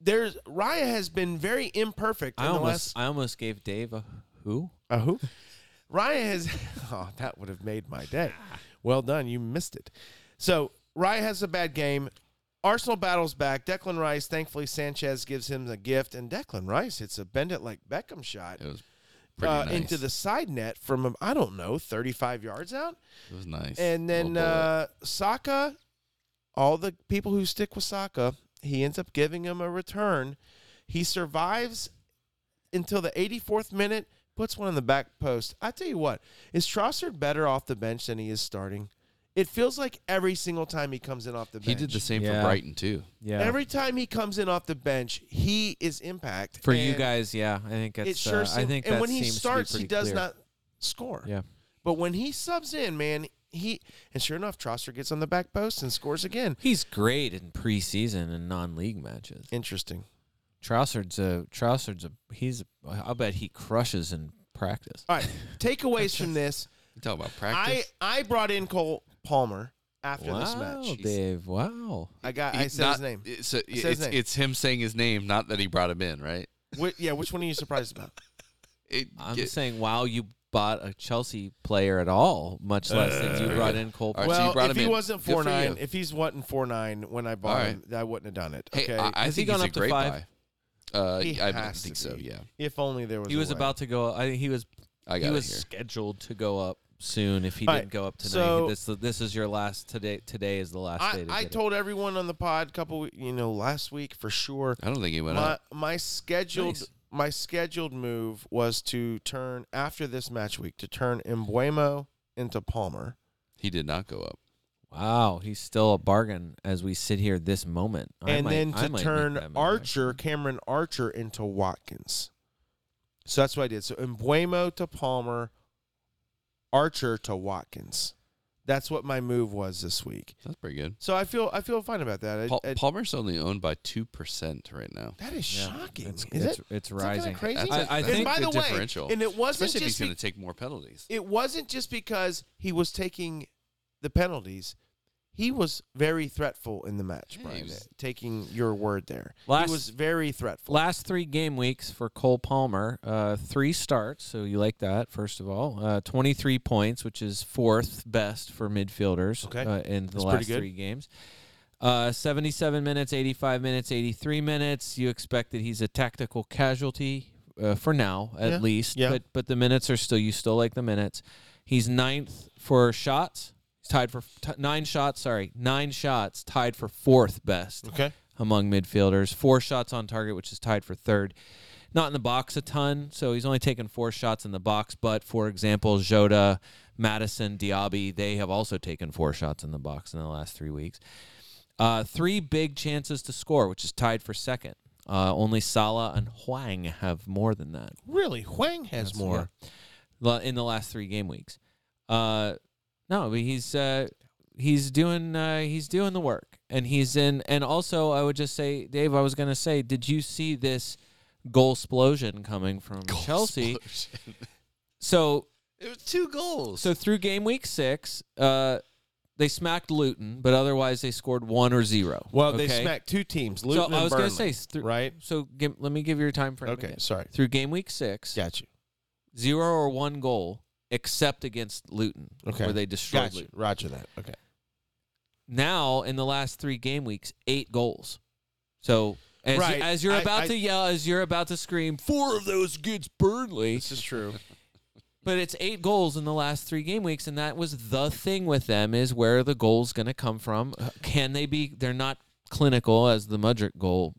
there's Raya has been very imperfect in
I
the
almost,
last
I almost gave Dave a who?
uh, who? Raya has. Oh, that would have made my day. Well done. You missed it. So Raya has a bad game. Arsenal battles back. Declan Rice, thankfully, Sanchez gives him the gift, and Declan Rice hits a bend it like Beckham shot
it was pretty
uh,
nice.
into the side net from um, I don't know 35 yards out,
it was nice.
and then
Little bullet.
uh, Saka. All the people who stick with Saka, he ends up giving him a return. He survives until the 84th minute, puts one in the back post. I tell you what, is Trossard better off the bench than he is starting? It feels like every single time he comes in off the bench,
he did the same
Yeah.
for Brighton too.
Yeah.
Every time he comes in off the bench, he is impact
For you
And
guys, yeah, I think that's.
It sure.
uh, I
seem-
think
and
that
when he
seems to be
starts, he
pretty
does
clear.
not score.
Yeah.
But when he subs in, man, he and sure enough, Trosser gets on the back post and scores again.
He's great in preseason and non-league matches.
Interesting.
Trossard's a Trossard's a he's. I'll bet he crushes in practice.
All right, takeaways from this.
You talk about
I
practice.
I brought in Cole Palmer after this
Wow,
match.
Dave! Wow.
I got. I
He-
said
not-
his name.
It's, a-
his
it's,
name.
it's him saying his name, not that he brought him in, right?
Wh- yeah, which one are you surprised about?
It,
I'm
it-
saying, wow, you bought a Chelsea player at all, much less since
Uh,
you brought in Cole.
All right, so you
well,
brought
if
him
he
in.
wasn't
Good for
four nine,
you.
if he's wasn't four nine when I bought
All
him, I wouldn't have done it.
hey,
okay.
I, I
Has he
think
gone
he's
up
a
to
great
five?
buy. Uh,
He
I
has
think
to
so.
be.
Yeah,
if only there was.
he
a
was
way.
about to go. I, he was.
I got
He
it
was
here.
scheduled to go up soon. If he
All right,
didn't go up tonight,
so-
this this is your last today. Today is the last day.
I,
To
I
get it.
told everyone on the pod couple, you know, last week for sure.
I don't think he went
my,
up.
my scheduled
uh, Nice.
my scheduled move was to turn after this match week to turn Embuemo into Palmer.
He did not go up.
Wow, he's still a bargain as we sit here this moment. I
and
might-
then to
I might make that
turn
move.
Archer, Cameron Archer into Watkins. So that's what I did. So Embuemo to Palmer, Archer to Watkins. That's what my move was this week.
That's pretty good.
So I feel I feel fine about that. I-
Paul,
I-
Palmer's only owned by two percent right now.
that is
Yeah,
shocking.
It's,
is
it's,
it?
it's
Is that kinda
rising.
crazy?
That's a-
I- I
that's a
think
and by
good
the
differential.
way, and it wasn't
Especially if he's
just
going
be,
to take more penalties.
it wasn't just because he was taking the penalties. He was very threatful in the match,
Yeah, he
Brian.
was-
taking your word there,
Last-
he was very threatful.
Last three game weeks for Cole Palmer, uh, three starts. So you like that, first of all. Uh, 23 points, which is fourth best for midfielders
Okay.
uh, in the
That's pretty
last
good.
three games. Uh, 77 minutes, 85 minutes, 83 minutes. You expect that he's a tactical casualty uh, for now, at
Yeah.
least.
Yeah.
But but the minutes are still, you still like the minutes. He's ninth for shots. He's tied for t- nine shots, sorry, nine shots, tied for fourth best
Okay,
among midfielders. Four shots on target, which is tied for third. Not in the box a ton, so he's only taken four shots in the box. But for example, Jota, Madison, Diaby, they have also taken four shots in the box in the last three weeks. Uh, three big chances to score, which is tied for second. Uh, only Salah and Huang have more than that.
really, Huang has
That's-
more.
yeah. La- in the last three game weeks. Uh, no, but he's uh, he's doing uh, he's doing the work, and he's in. And also, I would just say, Dave, I was gonna say, did you see this goal explosion coming from Chelsea? So
It was two goals.
so through game week six, uh, they smacked Luton, but otherwise they scored one or zero.
Well, they
okay?
smacked two teams, Luton
so I
and
was
Burnley.
gonna say, through,
right?
So give, let me give your time frame.
Okay,
again.
sorry,
Through game week six,
got you.
zero or one goal except against Luton,
Okay.
where they destroyed
Got you.
Luton.
Roger that. Okay.
now in the last three game weeks, eight goals. So as,
Right.
as you're
I-
about
I-
to yell, as you're about to scream, four of those against Burnley.
This is true.
But it's eight goals in the last three game weeks, and that was the thing with them is where are the goals going to come from? Can they be? They're not clinical, as the Mudrick goal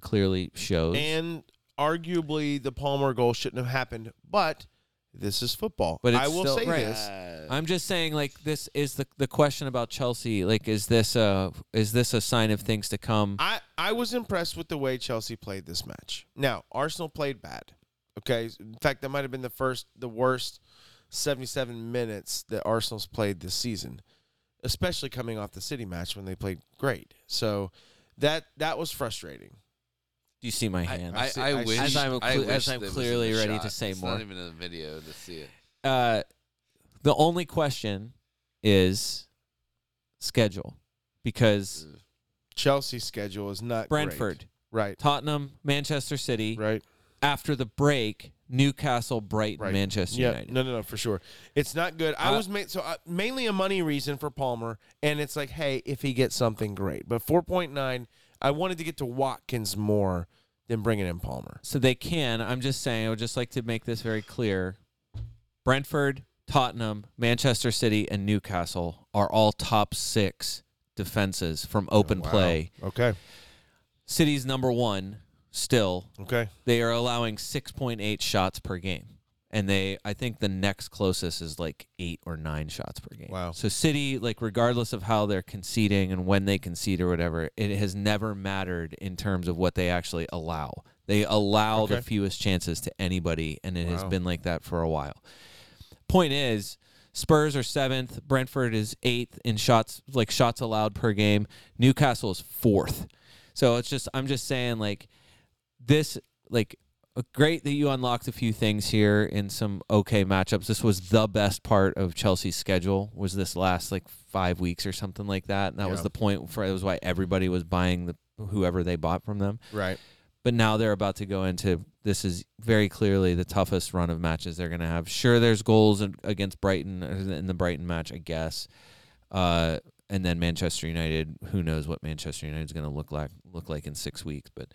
clearly shows.
And arguably, the Palmer goal shouldn't have happened, but this is football.
But
I
it's
will
still-
say
right.
this.
I'm just saying, like this is the the question about Chelsea. Like, is this a is this a sign of things to come?
I, I was impressed with the way Chelsea played this match. Now, Arsenal played bad. Okay. In fact, that might have been the first, the worst 77 minutes that Arsenal's played this season, especially coming off the City match when they played great. So that that was frustrating.
Do you see my hand?
I,
see-
I,
I
wish.
see-
As I'm
I
clu-
wish
as I'm
there was
clearly
a
ready
shot.
to say
It's
more.
Not even in a video to see it.
uh, the only question is schedule because
Chelsea's schedule is not great.
Brentford,
Right.
Tottenham, Manchester City
Right.
after the break, Newcastle, Brighton,
Right.
Manchester
Yeah,
United.
no, no, no, for sure. It's not good. I
Uh,
was made so uh, mainly a money reason for Palmer, and it's like, hey, if he gets something great, but four point nine, I wanted to get to Watkins more than bringing in Palmer.
So they can. I'm just saying. I would just like to make this very clear. Brentford, Tottenham, Manchester City, and Newcastle are all top six defenses from
Oh,
open play.
Okay,
City's number one still.
okay,
They are allowing 6.8 shots per game. And they, I think the next closest is like eight or nine shots per game.
Wow.
So City, like regardless of how they're conceding and when they concede or whatever, it has never mattered in terms of what they actually allow. They allow the
Okay.
fewest chances to anybody, and it has
Wow.
been like that for a while. Point is, Spurs are seventh, Brentford is eighth in shots like shots allowed per game. Newcastle is fourth. So it's just I'm just saying like this like uh, great that you unlocked a few things here in some okay matchups. This was the best part of Chelsea's schedule was this last like 5 weeks or something like that. And that was
Yeah.
the point for it was why everybody was buying the whoever they bought from them.
right.
But now they're about to go into this is very clearly the toughest run of matches they're going to have. Sure there's goals in- against Brighton uh, in the Brighton match, I guess. Uh and then Manchester United, who knows what Manchester United's going to look like look like in 6 weeks, but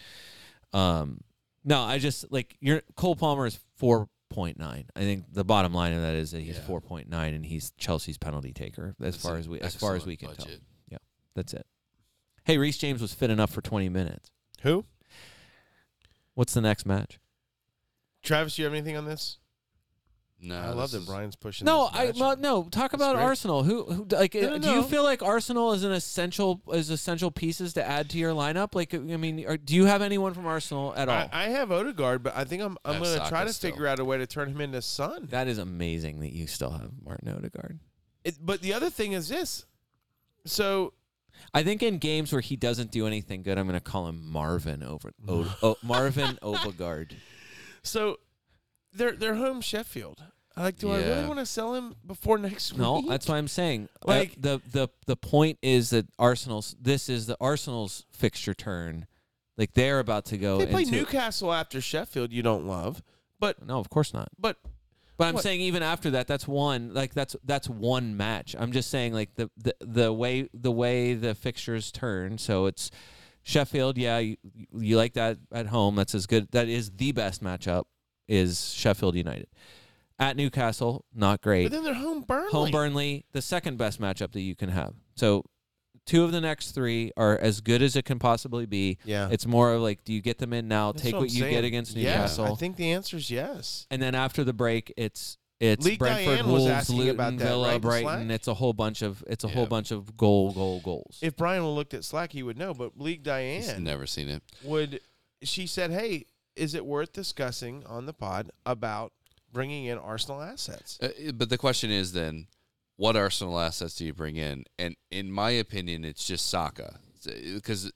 um, no, I just like your Cole Palmer is four point nine. I think the bottom line of that is that he's
Yeah.
four point nine and he's Chelsea's penalty taker as
That's
far
an
as we as far as
excellent
we can tell.
budget.
That's it. Hey, Reese James was fit enough for twenty minutes.
Who?
What's the next match?
Travis, you have anything on this?
No,
I
this
love that
is-
Brian's pushing.
Uh, No,
this
I
match.
well, no. Talk about
great.
Arsenal. Who, who like? uh,
No, no,
do you
no.
feel like Arsenal is an essential is essential pieces to add to your lineup? Like, I mean, or, do you have anyone from Arsenal at all?
I, I have Odegaard, but I think I'm
I
I'm
have
going to
Saka
try to
still.
figure out a way to turn him into Sun.
that is amazing that you still have Martin Odegaard.
It, but the other thing is this. So
I think in games where he doesn't do anything good, I'm going to call him Marvin over o, o, Marvin Overgard.
so they're they're home Sheffield. Like, do I really
Yeah.
want to sell him before next
No,
week?
that's what I'm saying. Uh,
Like-
the the the point is that Arsenal's this is the Arsenal's fixture turn. Like they're about to go
They play
into
Newcastle after Sheffield. You don't love, but
No, of course not.
but
But I'm
What?
saying even after that, that's one like that's that's one match. I'm just saying like the the, the way the way the fixtures turn. So it's Sheffield. Yeah, you, you like that at home. That's as good. That is the best matchup. Is Sheffield United at Newcastle? Not great.
but then they're home Burnley.
Home Burnley, the second best matchup that you can have. So two of the next three are as good as it can possibly be.
Yeah,
It's more of like, do you get them in now?
That's
take
what
what,
I'm
you
saying.
get against
Yeah,
Newcastle,
I think the answer is yes.
and then after the break, it's it's
Lee
Brentford,
Diane was
Wolves,
asking
Luton,
about that,
Villa,
right, in
Brighton.
Slack?
It's a whole bunch of it's a whole
Yeah.
bunch of goal, goal, goals.
If Brian looked at Slack, he would know. But League
He's
Diane
never seen it.
would. She said, "Hey, is it worth discussing on the pod about bringing in Arsenal assets?"
Uh, i- but the question is then, what Arsenal assets do you bring in? And in my opinion, it's just Saka because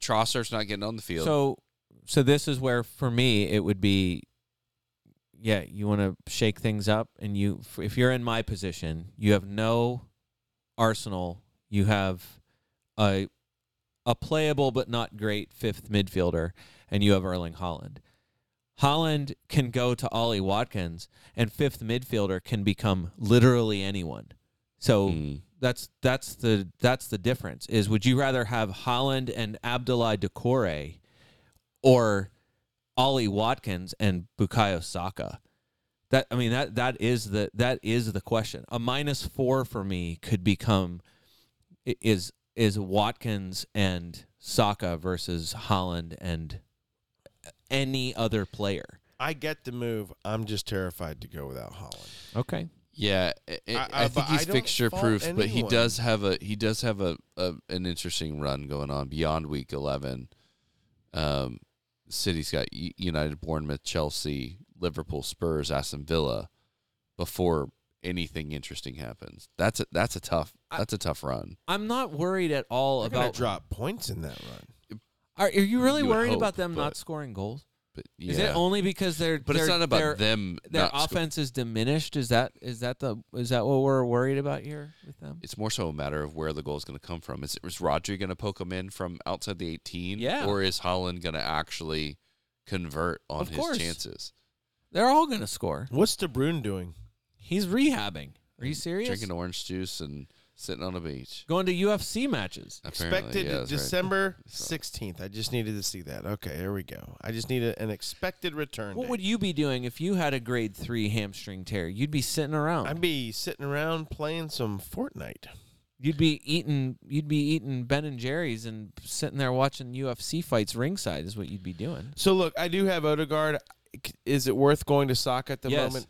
Trossard's not getting on the field.
So, so this is where for me it would be, yeah, you want to shake things up, and you f- if you're in my position, you have no arsenal, you have a a playable but not great fifth midfielder, and you have Erling Holland. Holland can go to Ollie Watkins, and fifth midfielder can become literally anyone. So
Mm.
that's that's the that's the difference. Is would you rather have Holland and Abdullah Decore, or Ollie Watkins and Bukayo Saka? That I mean that that is the that is the question. A minus four for me could become i- is is Watkins and Saka versus Holland and any other player.
I get the move. I'm just terrified to go without Holland.
Okay.
Yeah, I, I-
I-
I
I- but
think
I
he's
don't
fixture
fault
proof, but he
anyone.
does have a he does have a, a an interesting run going on beyond week eleven. Um, City's got U- United, Bournemouth, Chelsea, Liverpool, Spurs, Aston Villa, before anything interesting happens. That's a that's a tough that's a tough run.
I'm not worried at all
They're gonna
about
drop points in that run.
Are, are you really
You would
worried
hope,
about them not
but-
scoring goals?
But yeah,
Is it only because they're
but it's
they're-
not about
their,
them.
Their
not sco-
offense is diminished. Is that is that the is that what we're worried about here with them?
It's more so a matter of where the goal is going to come from. Is is Rodri going to poke him in from outside the eighteen?
Yeah.
or is Holland going to actually convert on
Of
his
course.
chances?
They're all going to score.
What's De Bruyne doing?
He's rehabbing. Are you serious?
Mm, Drinking orange juice and sitting on a beach.
Going to UFC matches.
Apparently,
expected
yeah, that's right.
December sixteenth. I just needed to see that. Okay, there we go. I just need a, an expected return.
What
date.
would you be doing if you had a grade three hamstring tear? You'd be sitting around.
I'd be sitting around playing some Fortnite.
you'd be eating. You'd be eating Ben and Jerry's and sitting there watching UFC fights ringside. Is what you'd be doing.
So look, I do have Odegaard. Is it worth going to sock at the
Yes.
moment?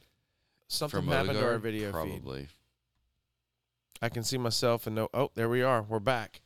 Something
From
happened to our
Odegaard?
video feed.
Probably.
I can see myself and no. Oh, there we are. We're back.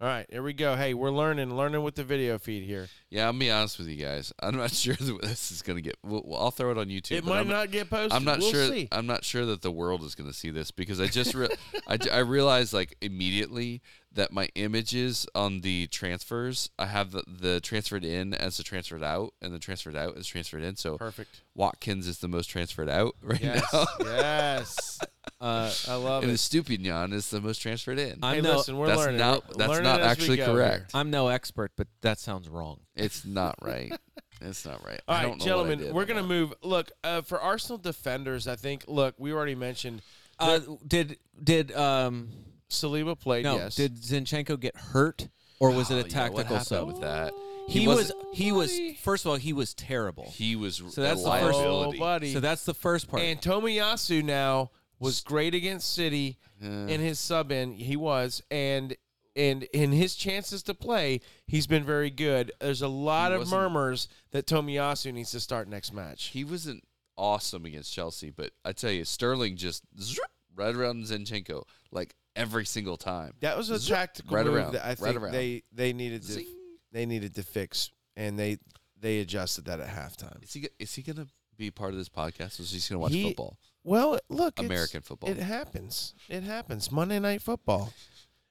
All right, here we go. Hey, we're learning, learning with the video feed here.
Yeah, I'll be honest with you guys. I'm not sure that this is going to get. Well, well, I'll throw it on YouTube.
it
but
might
I'm,
not get posted.
I'm not
We'll
sure.
see.
I'm not sure that the world is going to see this because I just re- I, ju- I realized like immediately that my images on the transfers I have the, the transferred in as the transferred out and the transferred out as transferred in. So
Perfect.
Watkins is the most transferred out right
Yes.
now,
yes.
Uh,
I love
and
it.
Estupinian is the most transferred in.
I'm
Hey,
no,
listen, we're
that's
learning.
not-
We're
that's
learning
not
as we
actually
go here.
correct.
I'm no expert, but that sounds wrong.
It's not right. It's not right.
All
I
right,
don't know
gentlemen,
what I did.
we're gonna move. Look, uh, for Arsenal defenders, I think. Look, we already mentioned
Uh, did did um
Saliba played.
no
yes,
did Zinchenko get hurt or was
Oh,
it
yeah,
a
what
tactical
happened
sub?
with that.
He, was
wasn't-
he was first of all he was terrible.
He was so that's
that's the first-
oh, buddy.
so that's the first part.
and Tomiyasu now was great against City
Yeah.
in his sub in. He was and. And in his chances to play, he's been very good. There's a lot
He
of
wasn't-
murmurs that Tomiyasu needs to start next match.
he wasn't awesome against Chelsea, but I tell you, Sterling just zoop, right around Zinchenko like every single time.
That was a
Zoop.
tactical
Right
move
around,
that I
right
think
around.
they they needed to
Zing.
they needed to fix, and they they adjusted that at halftime.
Is he is he gonna be part of this podcast? Or is he just gonna watch
He-
football?
Well, look, it's-
American football.
It happens. It happens. Monday night football.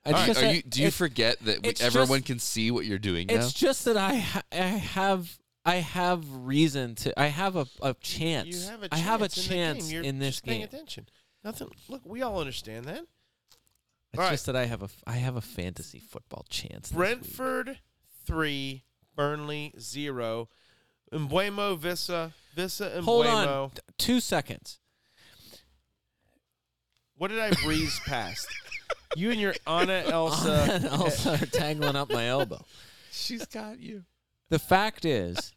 It's
Are-
just
are
that-
you, do you
it's-
forget that we,
it's just-
everyone can see what you're doing now?
It's just that I ha- I have I have reason to I have a, a chance.
You have a chance.
I have
in
a
the
chance
game. You're
in this
just paying
game.
attention. Nothing. Look, we all understand that.
It's
All right.
just that I have a f- I have a fantasy football chance. this week.
Brentford three, Burnley zero. Embuemo Visa Visa Embuemo.
Hold on. 2 seconds.
What did I breeze past? You and your Anna Elsa.
and also tangling up my elbow.
she's got you.
The fact is,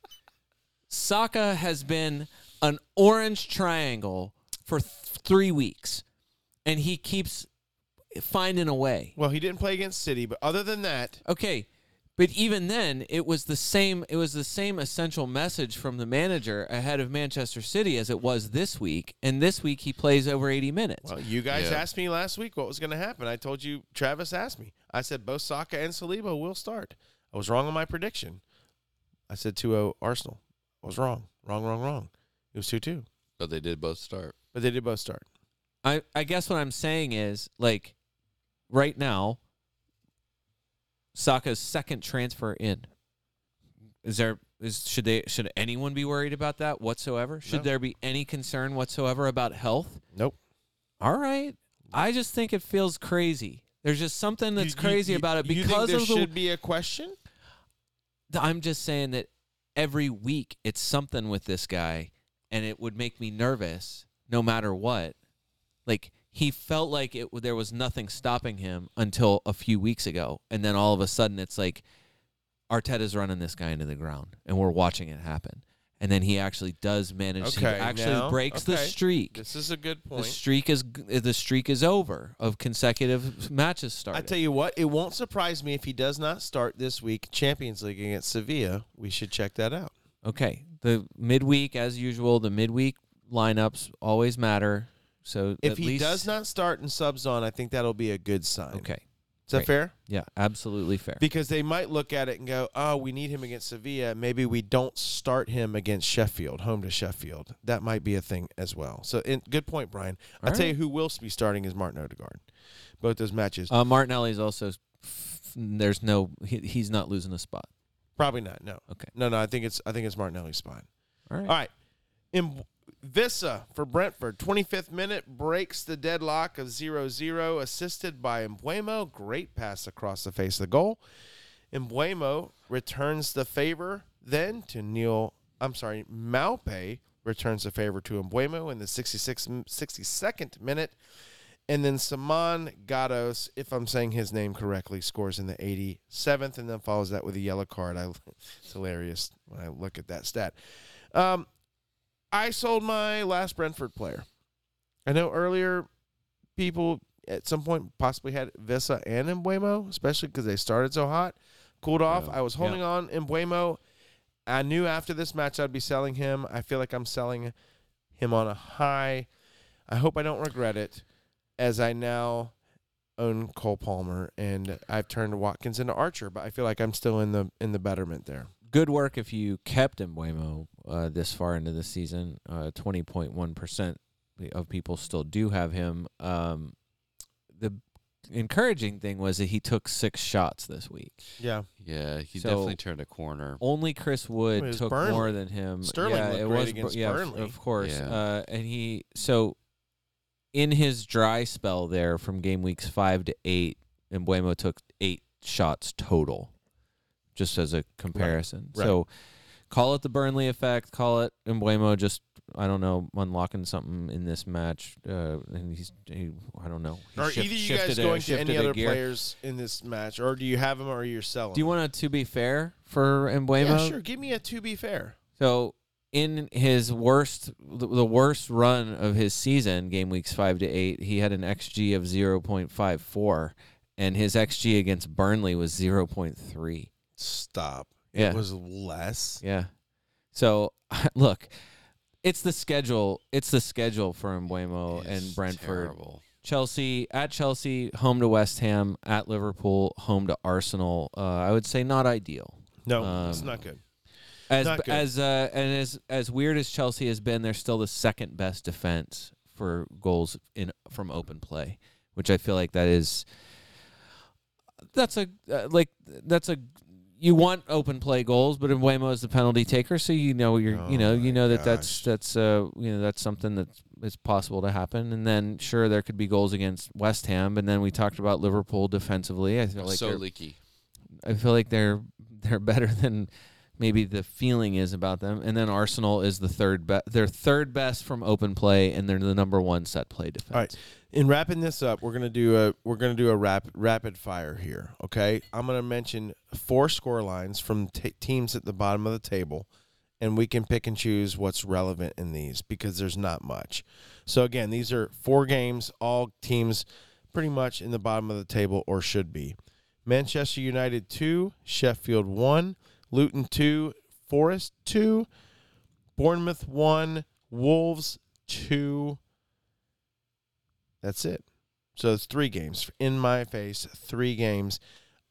Saka has been an orange triangle for th- three weeks, and he keeps finding a way.
Well, he didn't play against City, but other than that,
Okay, but even then, it was the same. It was the same essential message from the manager ahead of Manchester City as it was this week. And this week, he plays over eighty minutes.
well, you guys
Yeah.
asked me last week what was going to happen. I told you, Travis asked me. I said both Saka and Saliba will start. I was wrong on my prediction. I said 2-0 Arsenal. I was wrong. Wrong, wrong, wrong. It was 2-2.
But they did both start.
But they did both start.
I, I guess what I'm saying is like right now, Saka's second transfer in. Is there is should they should anyone be worried about that whatsoever? Should
No.
there be any concern whatsoever about health?
Nope.
All right. I just think it feels crazy. There's just something that's
You- you-
crazy
you-
about it
you think
because
there
of
should
the
be a question.
I'm just saying that every week it's something with this guy, and it would make me nervous no matter what. Like he felt like it there was nothing stopping him until a few weeks ago, and then all of a sudden it's like Arteta's running this guy into the ground, and we're watching it happen. And then he actually does manage. he
Okay,
actually
now-
breaks the
okay.
streak.
This is a good
The
point.
streak is g- the streak is over of consecutive matches started.
I tell you what, it won't surprise me if he does not start this week Champions League against Sevilla. We should check that out.
Okay. The midweek, as usual, the midweek lineups always matter. So
If
at
he
least-
does not start and subs on, I think that'll be a good sign.
okay,
Is that
great.
fair?
yeah, absolutely fair.
Because they might look at it and go, "Oh, we need him against Sevilla. Maybe we don't start him against Sheffield, home to Sheffield. That might be a thing as well." So, in, good point, Brian. I
All
tell
right.
you who will be starting is Martin Odegaard. Both those matches,
uh, Martinelli's also. f- There's no. He, he's not losing a spot.
probably not. No.
Okay.
No, no. I think it's I think it's Martinelli's spot.
All right.
All right. In Vissa for Brentford, 25th minute breaks the deadlock of 0-0 assisted by Embuemo, great pass across the face of the goal. Embuemo returns the favor then to Neil, I'm sorry, Maupe returns the favor to Embuemo in the 66 62nd minute. And then Saman Gatos, if I'm saying his name correctly, scores in the 87th and then follows that with a yellow card. I, it's hilarious when I look at that stat. Um, I sold my last Brentford player. I know earlier people at some point possibly had Vesa and Embuemo, especially because they started so hot. Cooled off. I was holding on Embuemo. I knew after this match I'd be selling him. I feel like I'm selling him on a high. I hope I don't regret it as I now own Cole Palmer and I've turned Watkins into Archer, but I feel like I'm still in the in the betterment there.
Good work if you kept Embuemo uh, this far into the season. uh, Twenty point one percent of people still do have him. Um, the encouraging thing was that he took six shots this week.
Yeah.
Yeah, he
So-
definitely turned a corner.
Only Chris Wood
It was
took
Burnley.
more than him.
Sterling
yeah,
looked
it
great
was,
against
yeah, of-
Burnley.
of course.
Yeah.
Uh, and he so in his dry spell there from game weeks five to eight, Embuemo took eight shots total, just as a comparison.
Right.
So call it the Burnley effect. Call it Embuemo just. I don't know, unlocking something in this match, uh, and he's, he, I don't know. He
Are
shift-
either you guys
shifted a-
going to
shifted
any
a
other
gear.
players in this match, or do you have them, or you're selling?
Do you want to be fair for Embuemo?
Yeah, sure. Give me a to be fair.
So in his worst, the the worst run of his season, game weeks five to eight, he had an xG of zero point five four, and his xG against Burnley was zero point three.
Stop.
Yeah.
It was less.
Yeah. So look, it's the schedule. It's the schedule for
It's
Embuemo and Brentford.
terrible.
Chelsea at Chelsea, home to West Ham, at Liverpool, home to Arsenal. Uh, I would say not ideal.
No,
Um,
it's not good.
as
Not good.
as uh, and as as weird as Chelsea has been, they're still the second best defense for goals in from open play, which I feel like that is that's a uh, like that's a you want open play goals, but Embuemo is the penalty taker, so you know you're you
Oh
know you
my
know that
gosh.
that's that's uh you know that's something that's is possible to happen, and then sure there could be goals against West Ham, and then we talked about Liverpool defensively. I feel like
so
they're-
leaky.
I feel like they're they're better than maybe the feeling is about them. And then Arsenal is the third best. They're third best from open play, and they're the number one set play defense.
All right. In wrapping this up, we're gonna do a we're gonna do a rap, rapid fire here. Okay. I'm gonna mention four score lines from t- teams at the bottom of the table, and we can pick and choose what's relevant in these because there's not much. So again, these are four games, all teams pretty much in the bottom of the table or should be. Manchester United two, Sheffield one, Luton two, Forest two, Bournemouth one, Wolves two. That's it. So it's three games in my face, three games.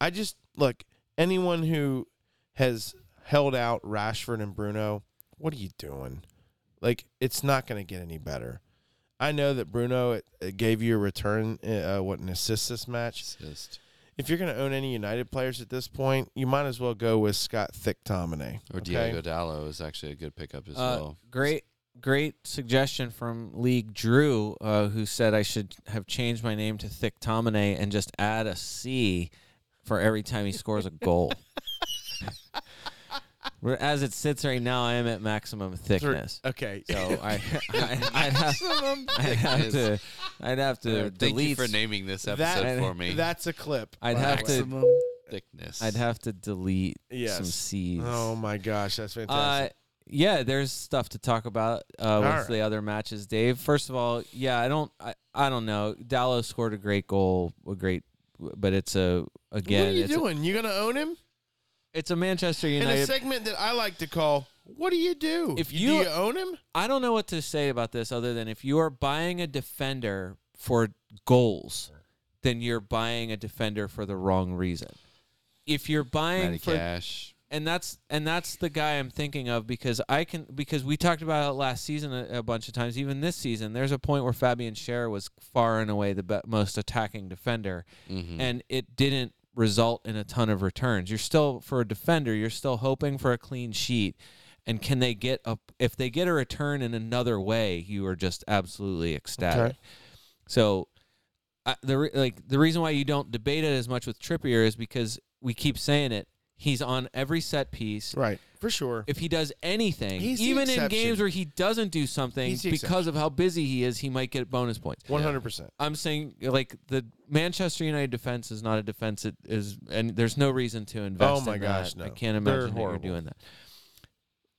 I just look anyone who has held out Rashford and Bruno, what are you doing? Like it's not going to get any better. I know that Bruno it, it gave you a return, uh, what an assist this match.
It's just-
If you're going to own any United players at this point, you might as well go with Scott Thicktominay
Or Diego Dallo is actually a good pickup as
Uh,
well.
Great, great suggestion from League Drew, uh, who said I should have changed my name to Thick Tomine and just add a C for every time he scores a goal. Where- As it sits right now, I am at maximum thickness.
Okay.
So I, I, I'd have, I'd have to, I'd have to
Thank
delete.
you for naming this episode
That-
for me.
That's a clip.
I'd have to,
thickness.
I'd have to delete
Yes.
some C's.
Oh my gosh, that's
Uh,
fantastic.
yeah, there's stuff to talk about uh, with
right.
the other matches, Dave. First of all, yeah, I don't, I, I don't know. Dallas scored a great goal, a great, but it's a again,
what are you
it's,
doing? You gonna own him?
A, it's a Manchester
In a
United.
segment that I like to call "What do you do?"
If
do
you-
you own him,
I don't know what to say about this other than if you are buying a defender for goals, then you're buying a defender for the wrong reason. If you're buying
Matty
for
Cash.
and that's and that's the guy I'm thinking of because I can because we talked about it last season a, a bunch of times. Even this season, there's a point where Fabian Scherer was far and away the be- most attacking defender, and it didn't result in a ton of returns. You're still for a defender, you're still hoping for a clean sheet, and can they get a if they get a return in another way, you are just absolutely
Okay.
ecstatic. So I, the re- like the reason why you don't debate it as much with Trippier is because we keep saying it. He's on every set piece.
right? For sure.
If he does anything,
He's the
even in
exception.
games where he doesn't do something
He's the
because of how busy he is, he might get bonus points.
One hundred percent.
I'm saying like the Manchester United defense is not a defense that is, and there's no reason to invest.
Oh my
in
gosh,
that.
no.
I can't
They're
imagine that you're
horrible.
doing that.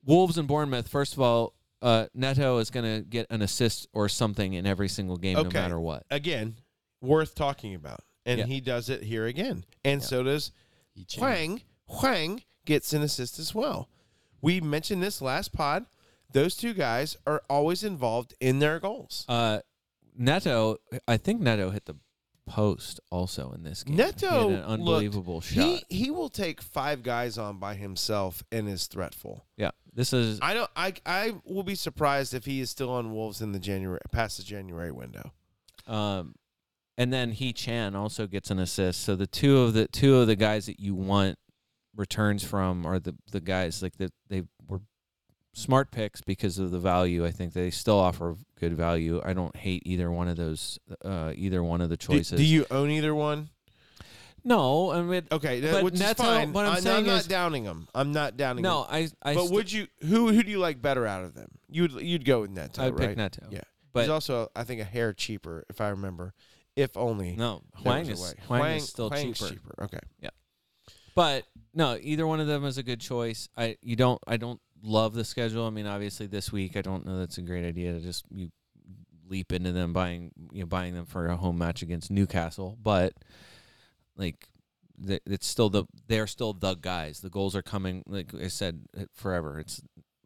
Wolves and Bournemouth. First of all, uh, Neto is going to get an assist or something in every single game, no
Okay.
matter what.
Again, worth talking about, and
Yeah.
he does it here again, and so does Huang. Huang gets an assist as well. We mentioned this last pod. Those two guys are always involved in their goals.
Uh, Neto, I think Neto hit the post also in this game.
Neto
He had an
looked-
unbelievable shot.
He he will take five guys on by himself and is threatful.
yeah, this is
I don't. I I will be surprised if he is still on Wolves in the January past the January window.
um, and then he Chan also gets an assist. So the two of the two of the guys that you want returns from are the the guys like that they were smart picks because of the value. I think they still offer good value. I don't hate either one of those uh, either one of the
Do,
choices.
do you own either one?
No, I mean
Okay, that,
But
which
Neto-
is fine.
what I'm
I-
saying
not
is-
downing him. I'm not downing
no,
him.
I I
but
st-
would you? Who who do you like better out of them? You'd you'd go with Neto,
I'd
right?
pick Neto.
Yeah,
But-
he's also I think a hair cheaper, if I remember. If only
no
there
Huang
was a
is
way.
Huang, is still
Huang's
cheaper.
Okay,
But no, either one of them is a good choice. I you don't I don't love the schedule. I mean, obviously this week I don't know that's a great idea to just you leap into them buying you know, buying them for a home match against Newcastle, but like th- it's still the they're still the guys. The goals are coming like I said forever. It's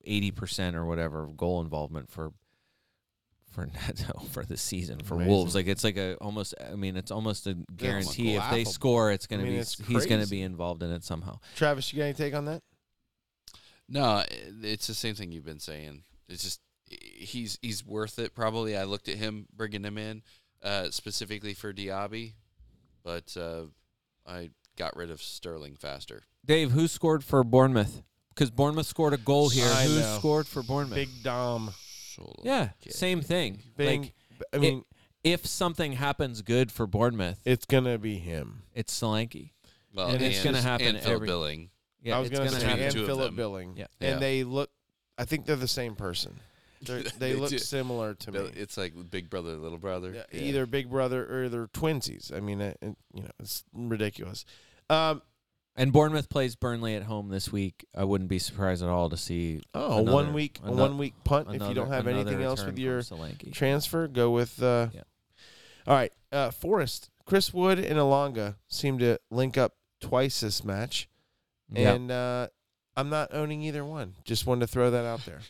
80% or whatever of goal involvement for for Neto for the season for
Amazing.
Wolves. Like it's like a almost I mean it's almost a guarantee if they
laughable.
score it's going
I
to
mean,
be
it's
he's going to
crazy.
be involved in it somehow.
Travis, you got any take on that?
No, it's the same thing you've been saying. It's just he's he's worth it. Probably I looked at him bringing him in uh, specifically for Diaby, but uh, I got rid of Sterling faster.
Dave, who scored for Bournemouth? Because Bournemouth scored a goal here.
I
who
know.
scored for Bournemouth?
Big Dom,
Solo
yeah,
kick.
same thing.
Big,
Like
I mean,
if something happens good for Bournemouth,
it's gonna be him.
it's Solanke.
Well,
and it's gonna happen
And Phil
every-
Billing.
Yeah,
I was
it's
going to
gonna
say
happen.
and
Two of
Philip
them.
Billing.
Yeah.
Yeah.
And they look I think they're the same person. They're, they
They
look
do.
similar to
Bill-
me.
It's like Big Brother, Little Brother.
Yeah,
Yeah.
Either big brother or they're twinsies. I mean, it, it- you know, it's ridiculous. Um,
And Bournemouth plays Burnley at home this week. I wouldn't be surprised at all to see.
oh, a
another-
one week a
ano-
one week punt if you
another-
don't have anything
another
else
return
with your
from Solanke.
transfer, go with uh
Yeah.
All right, uh Forrest, Chris Wood and Alonga seem to link up twice this match
Yeah.
and uh I'm not owning either one. Just wanted to throw that out there.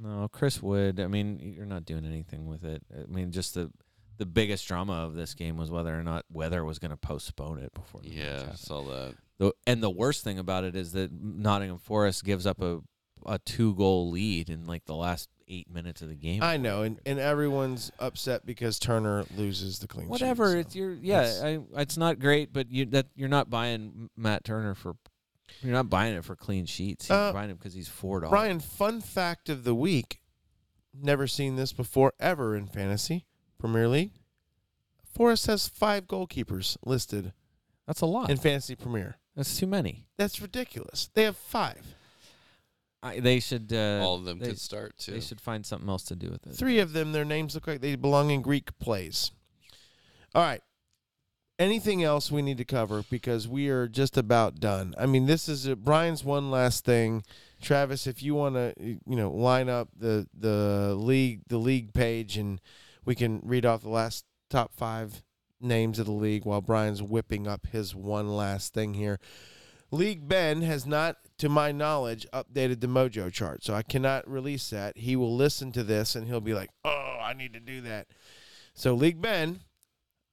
No, Chris Wood. I mean, you're not doing anything with it. I mean, just the the biggest drama of this game was whether or not weather was going to postpone it before. The match
Yeah,
happened.
saw that.
The, and the worst thing about it is that Nottingham Forest gives up a a two goal lead in like the last eight minutes of the game.
I know, and, and everyone's upset because Turner loses the clean
Whatever.
sheet.
It's your yeah.
it's-
I, it's not great, but you that you're not buying Matt Turner for. You're not buying it for clean sheets. You're
Uh,
buying him because he's four dollars.
Brian, fun fact of the week: never seen this before ever in fantasy Premier League. Forrest has five goalkeepers listed
That's a lot.
in fantasy Premier.
That's too many.
That's ridiculous. They have five.
I, they should. Uh,
All of them
they,
could start too.
They should find something else to do with it.
Three of them, their names look like they belong in Greek plays. All right. Anything else we need to cover because we are just about done. I mean, this is uh Brian's one last thing. Travis, if you want to, you know, line up the the league the league page and we can read off the last top five names of the league while Brian's whipping up his one last thing here. League Ben has not, to my knowledge, updated the Mojo chart, so I cannot release that. He will listen to this and he'll be like, "Oh, I need to do that." So League Ben,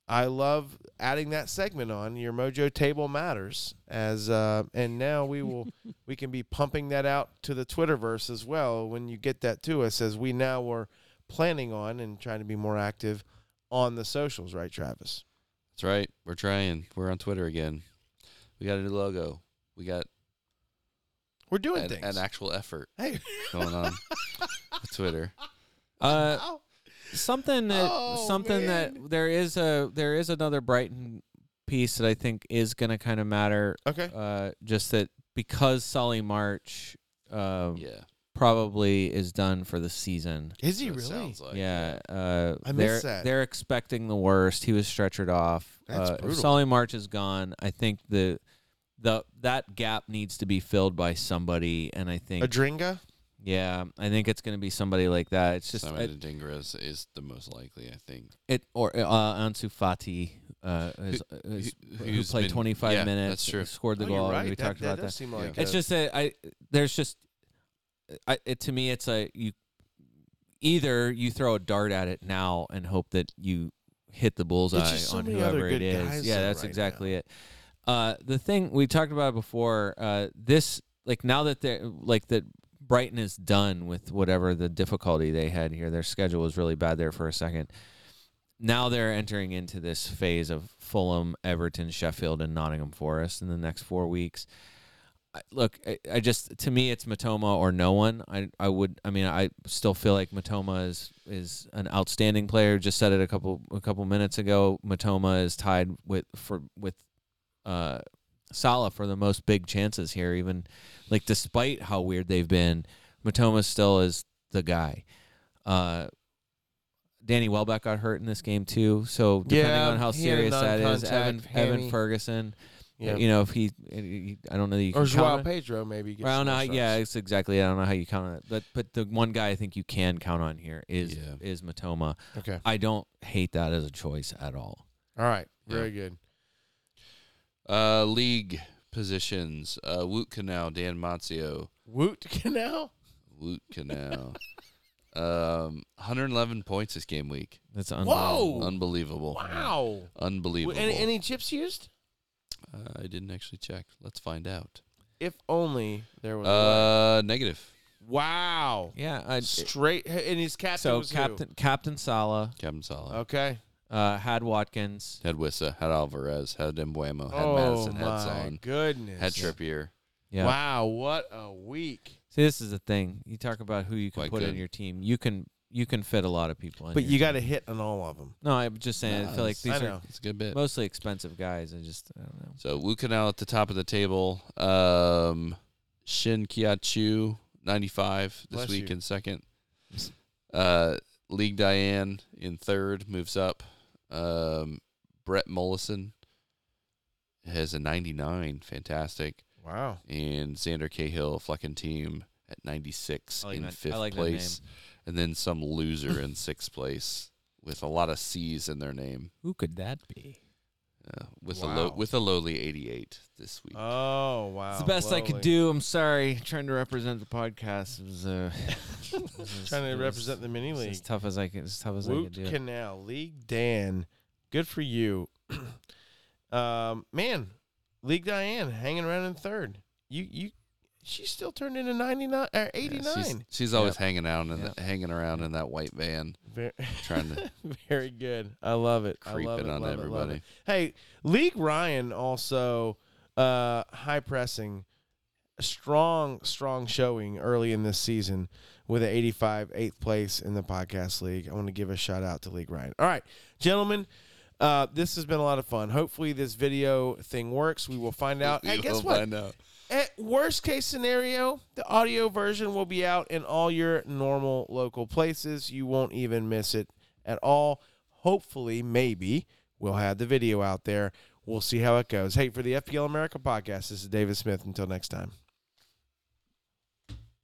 I love adding that segment on your Mojo table matters as, uh, and now we will we can be pumping that out to the Twitterverse as well when you get that to us as we now were planning on and trying to be more active on the socials, right, Travis?
That's right. We're trying. We're on Twitter again. We got a new logo. We got
We're doing
an,
things.
an actual effort
hey,
going on with Twitter.
Uh, something that
Oh,
something
man.
that there is a there is another Brighton piece that I think is going to kind of matter.
okay.
Uh, just that because Sully March uh,
Yeah.
probably is done for the season.
Is he
so it
really?
Sounds like.
yeah, uh,
I
they're
missed that.
they're expecting the worst. He was stretchered off.
That's
uh, if
brutal.
Sully March is gone. I think the the that gap needs to be filled by somebody, and I think
Adringa?
yeah, I think it's going to be somebody like that. It's just I-
Simon Adingra is- is the most likely, I think.
It or uh, Ansu Fati, uh, is, is,
who-
who,
who's
played
been-
25
yeah,
minutes,
that's true.
scored the
Oh, you're
goal.
right.
We
That-
talked
that
about
does
that.
seem
Yeah.
like
It's
a-
just that I there's just I it, to me it's a you either you throw a dart at it now and hope that you hit the bullseye
so
on
many other
whoever it
good
is.
guys
Yeah,
though
that's
right
exactly it. Uh, the thing we talked about it before uh, this like now that they're like that Brighton is done with whatever the difficulty they had here. Their schedule was really bad there for a second. Now they're entering into this phase of Fulham, Everton, Sheffield, and Nottingham Forest in the next four weeks. I, look, I, I just to me it's Matoma or no one. I I would I mean I still feel like Matoma is is an outstanding player. Just said it a couple a couple minutes ago. Matoma is tied with for with uh Salah for the most big chances here. Even like despite how weird they've been, Matoma still is the guy. Uh Danny Welbeck got hurt in this game too, so depending
Yeah,
on how
he had a
serious that is, Evan,
non-contact hammy.
Evan Ferguson, you know if he, eh, I don't know that you
or
can count
Joao
on-
Pedro maybe. Gets
I
more
don't know. how- Yeah,
starts.
it's exactly. I don't know how you count on it, but but the one guy I think you can count on here is
Yeah.
is Matoma.
Okay.
I don't hate that as a choice at all.
All right. Very good.
Uh, league positions. Uh, Woot Canal, Dan Mazzio.
Woot Canal?
Woot Canal. um, 111 points this game week.
That's
Whoa.
Unbelievable.
Wow.
Unbelievable.
Any, any chips used?
uh, I didn't actually check. Let's find out.
If only there was. a way.
Uh, negative.
wow.
Yeah. I, eh,
Straight. And his captain
so
was who?
Captain Captain Sala
Captain Sala.
Okay.
uh, had Watkins.
Had Wissa. Had Alvarez. Had Embuemo. Had
oh
Madison.
my
Had Son.
goodness.
Had Trippier.
Yeah.
Wow. What a week.
See, this is the thing. You talk about who you can
Quite
put in
good.
your team. You can you can fit a lot of people in.
But
your
you
team.
got to hit on all of them.
no. I'm just saying. I feel like
Nice.
these
I
are
know.
It's a good bit.
mostly expensive guys. I just I don't know.
So Wu Canal at the top of the table. Um, Shin Kiachu, 95 this
Bless
week
you.
in second. Uh, League Diane in third moves up. Um, Brett Mollison has a 99. Fantastic.
Wow.
And Xander Cahill, Fleckin team at 96
I like
in
that- I
fifth
like that name.
place. And then some loser in sixth place with a lot of C's in their name.
Who could that be?
Uh, with a low,
Wow.
with a lowly 88 this week.
Oh wow.
It's the best I could
Lowly.
do. I'm sorry. Trying to represent the podcast it was uh, it was-
Trying
it
to
was-
represent the mini
it was
league.
As tough as I could. As tough as I
Woot
could do. it.
Canal, League Dan. Good for you. um, man, League Diane hanging around in third. You you she still turned into 99 or
Yeah,
89.
she's, she's always hanging out in the, hanging around in that white van,
Very,
trying to
very good. I love it. I love
creep
it,
in on
love it, love
everybody.
it. Hey, League Ryan also uh, high pressing, strong, strong showing early in this season with an 85 eighth place in the podcast league. I want to give a shout out to League Ryan. All right, gentlemen. Uh, this has been a lot of fun. Hopefully, this video thing works. We will find out. Hey,
We
guess
will
what?
find out.
At worst case scenario, the audio version will be out in all your normal local places. You won't even miss it at all. Hopefully, maybe we'll have the video out there. We'll see how it goes. Hey, for the FPL America podcast, this is David Smith. Until next time.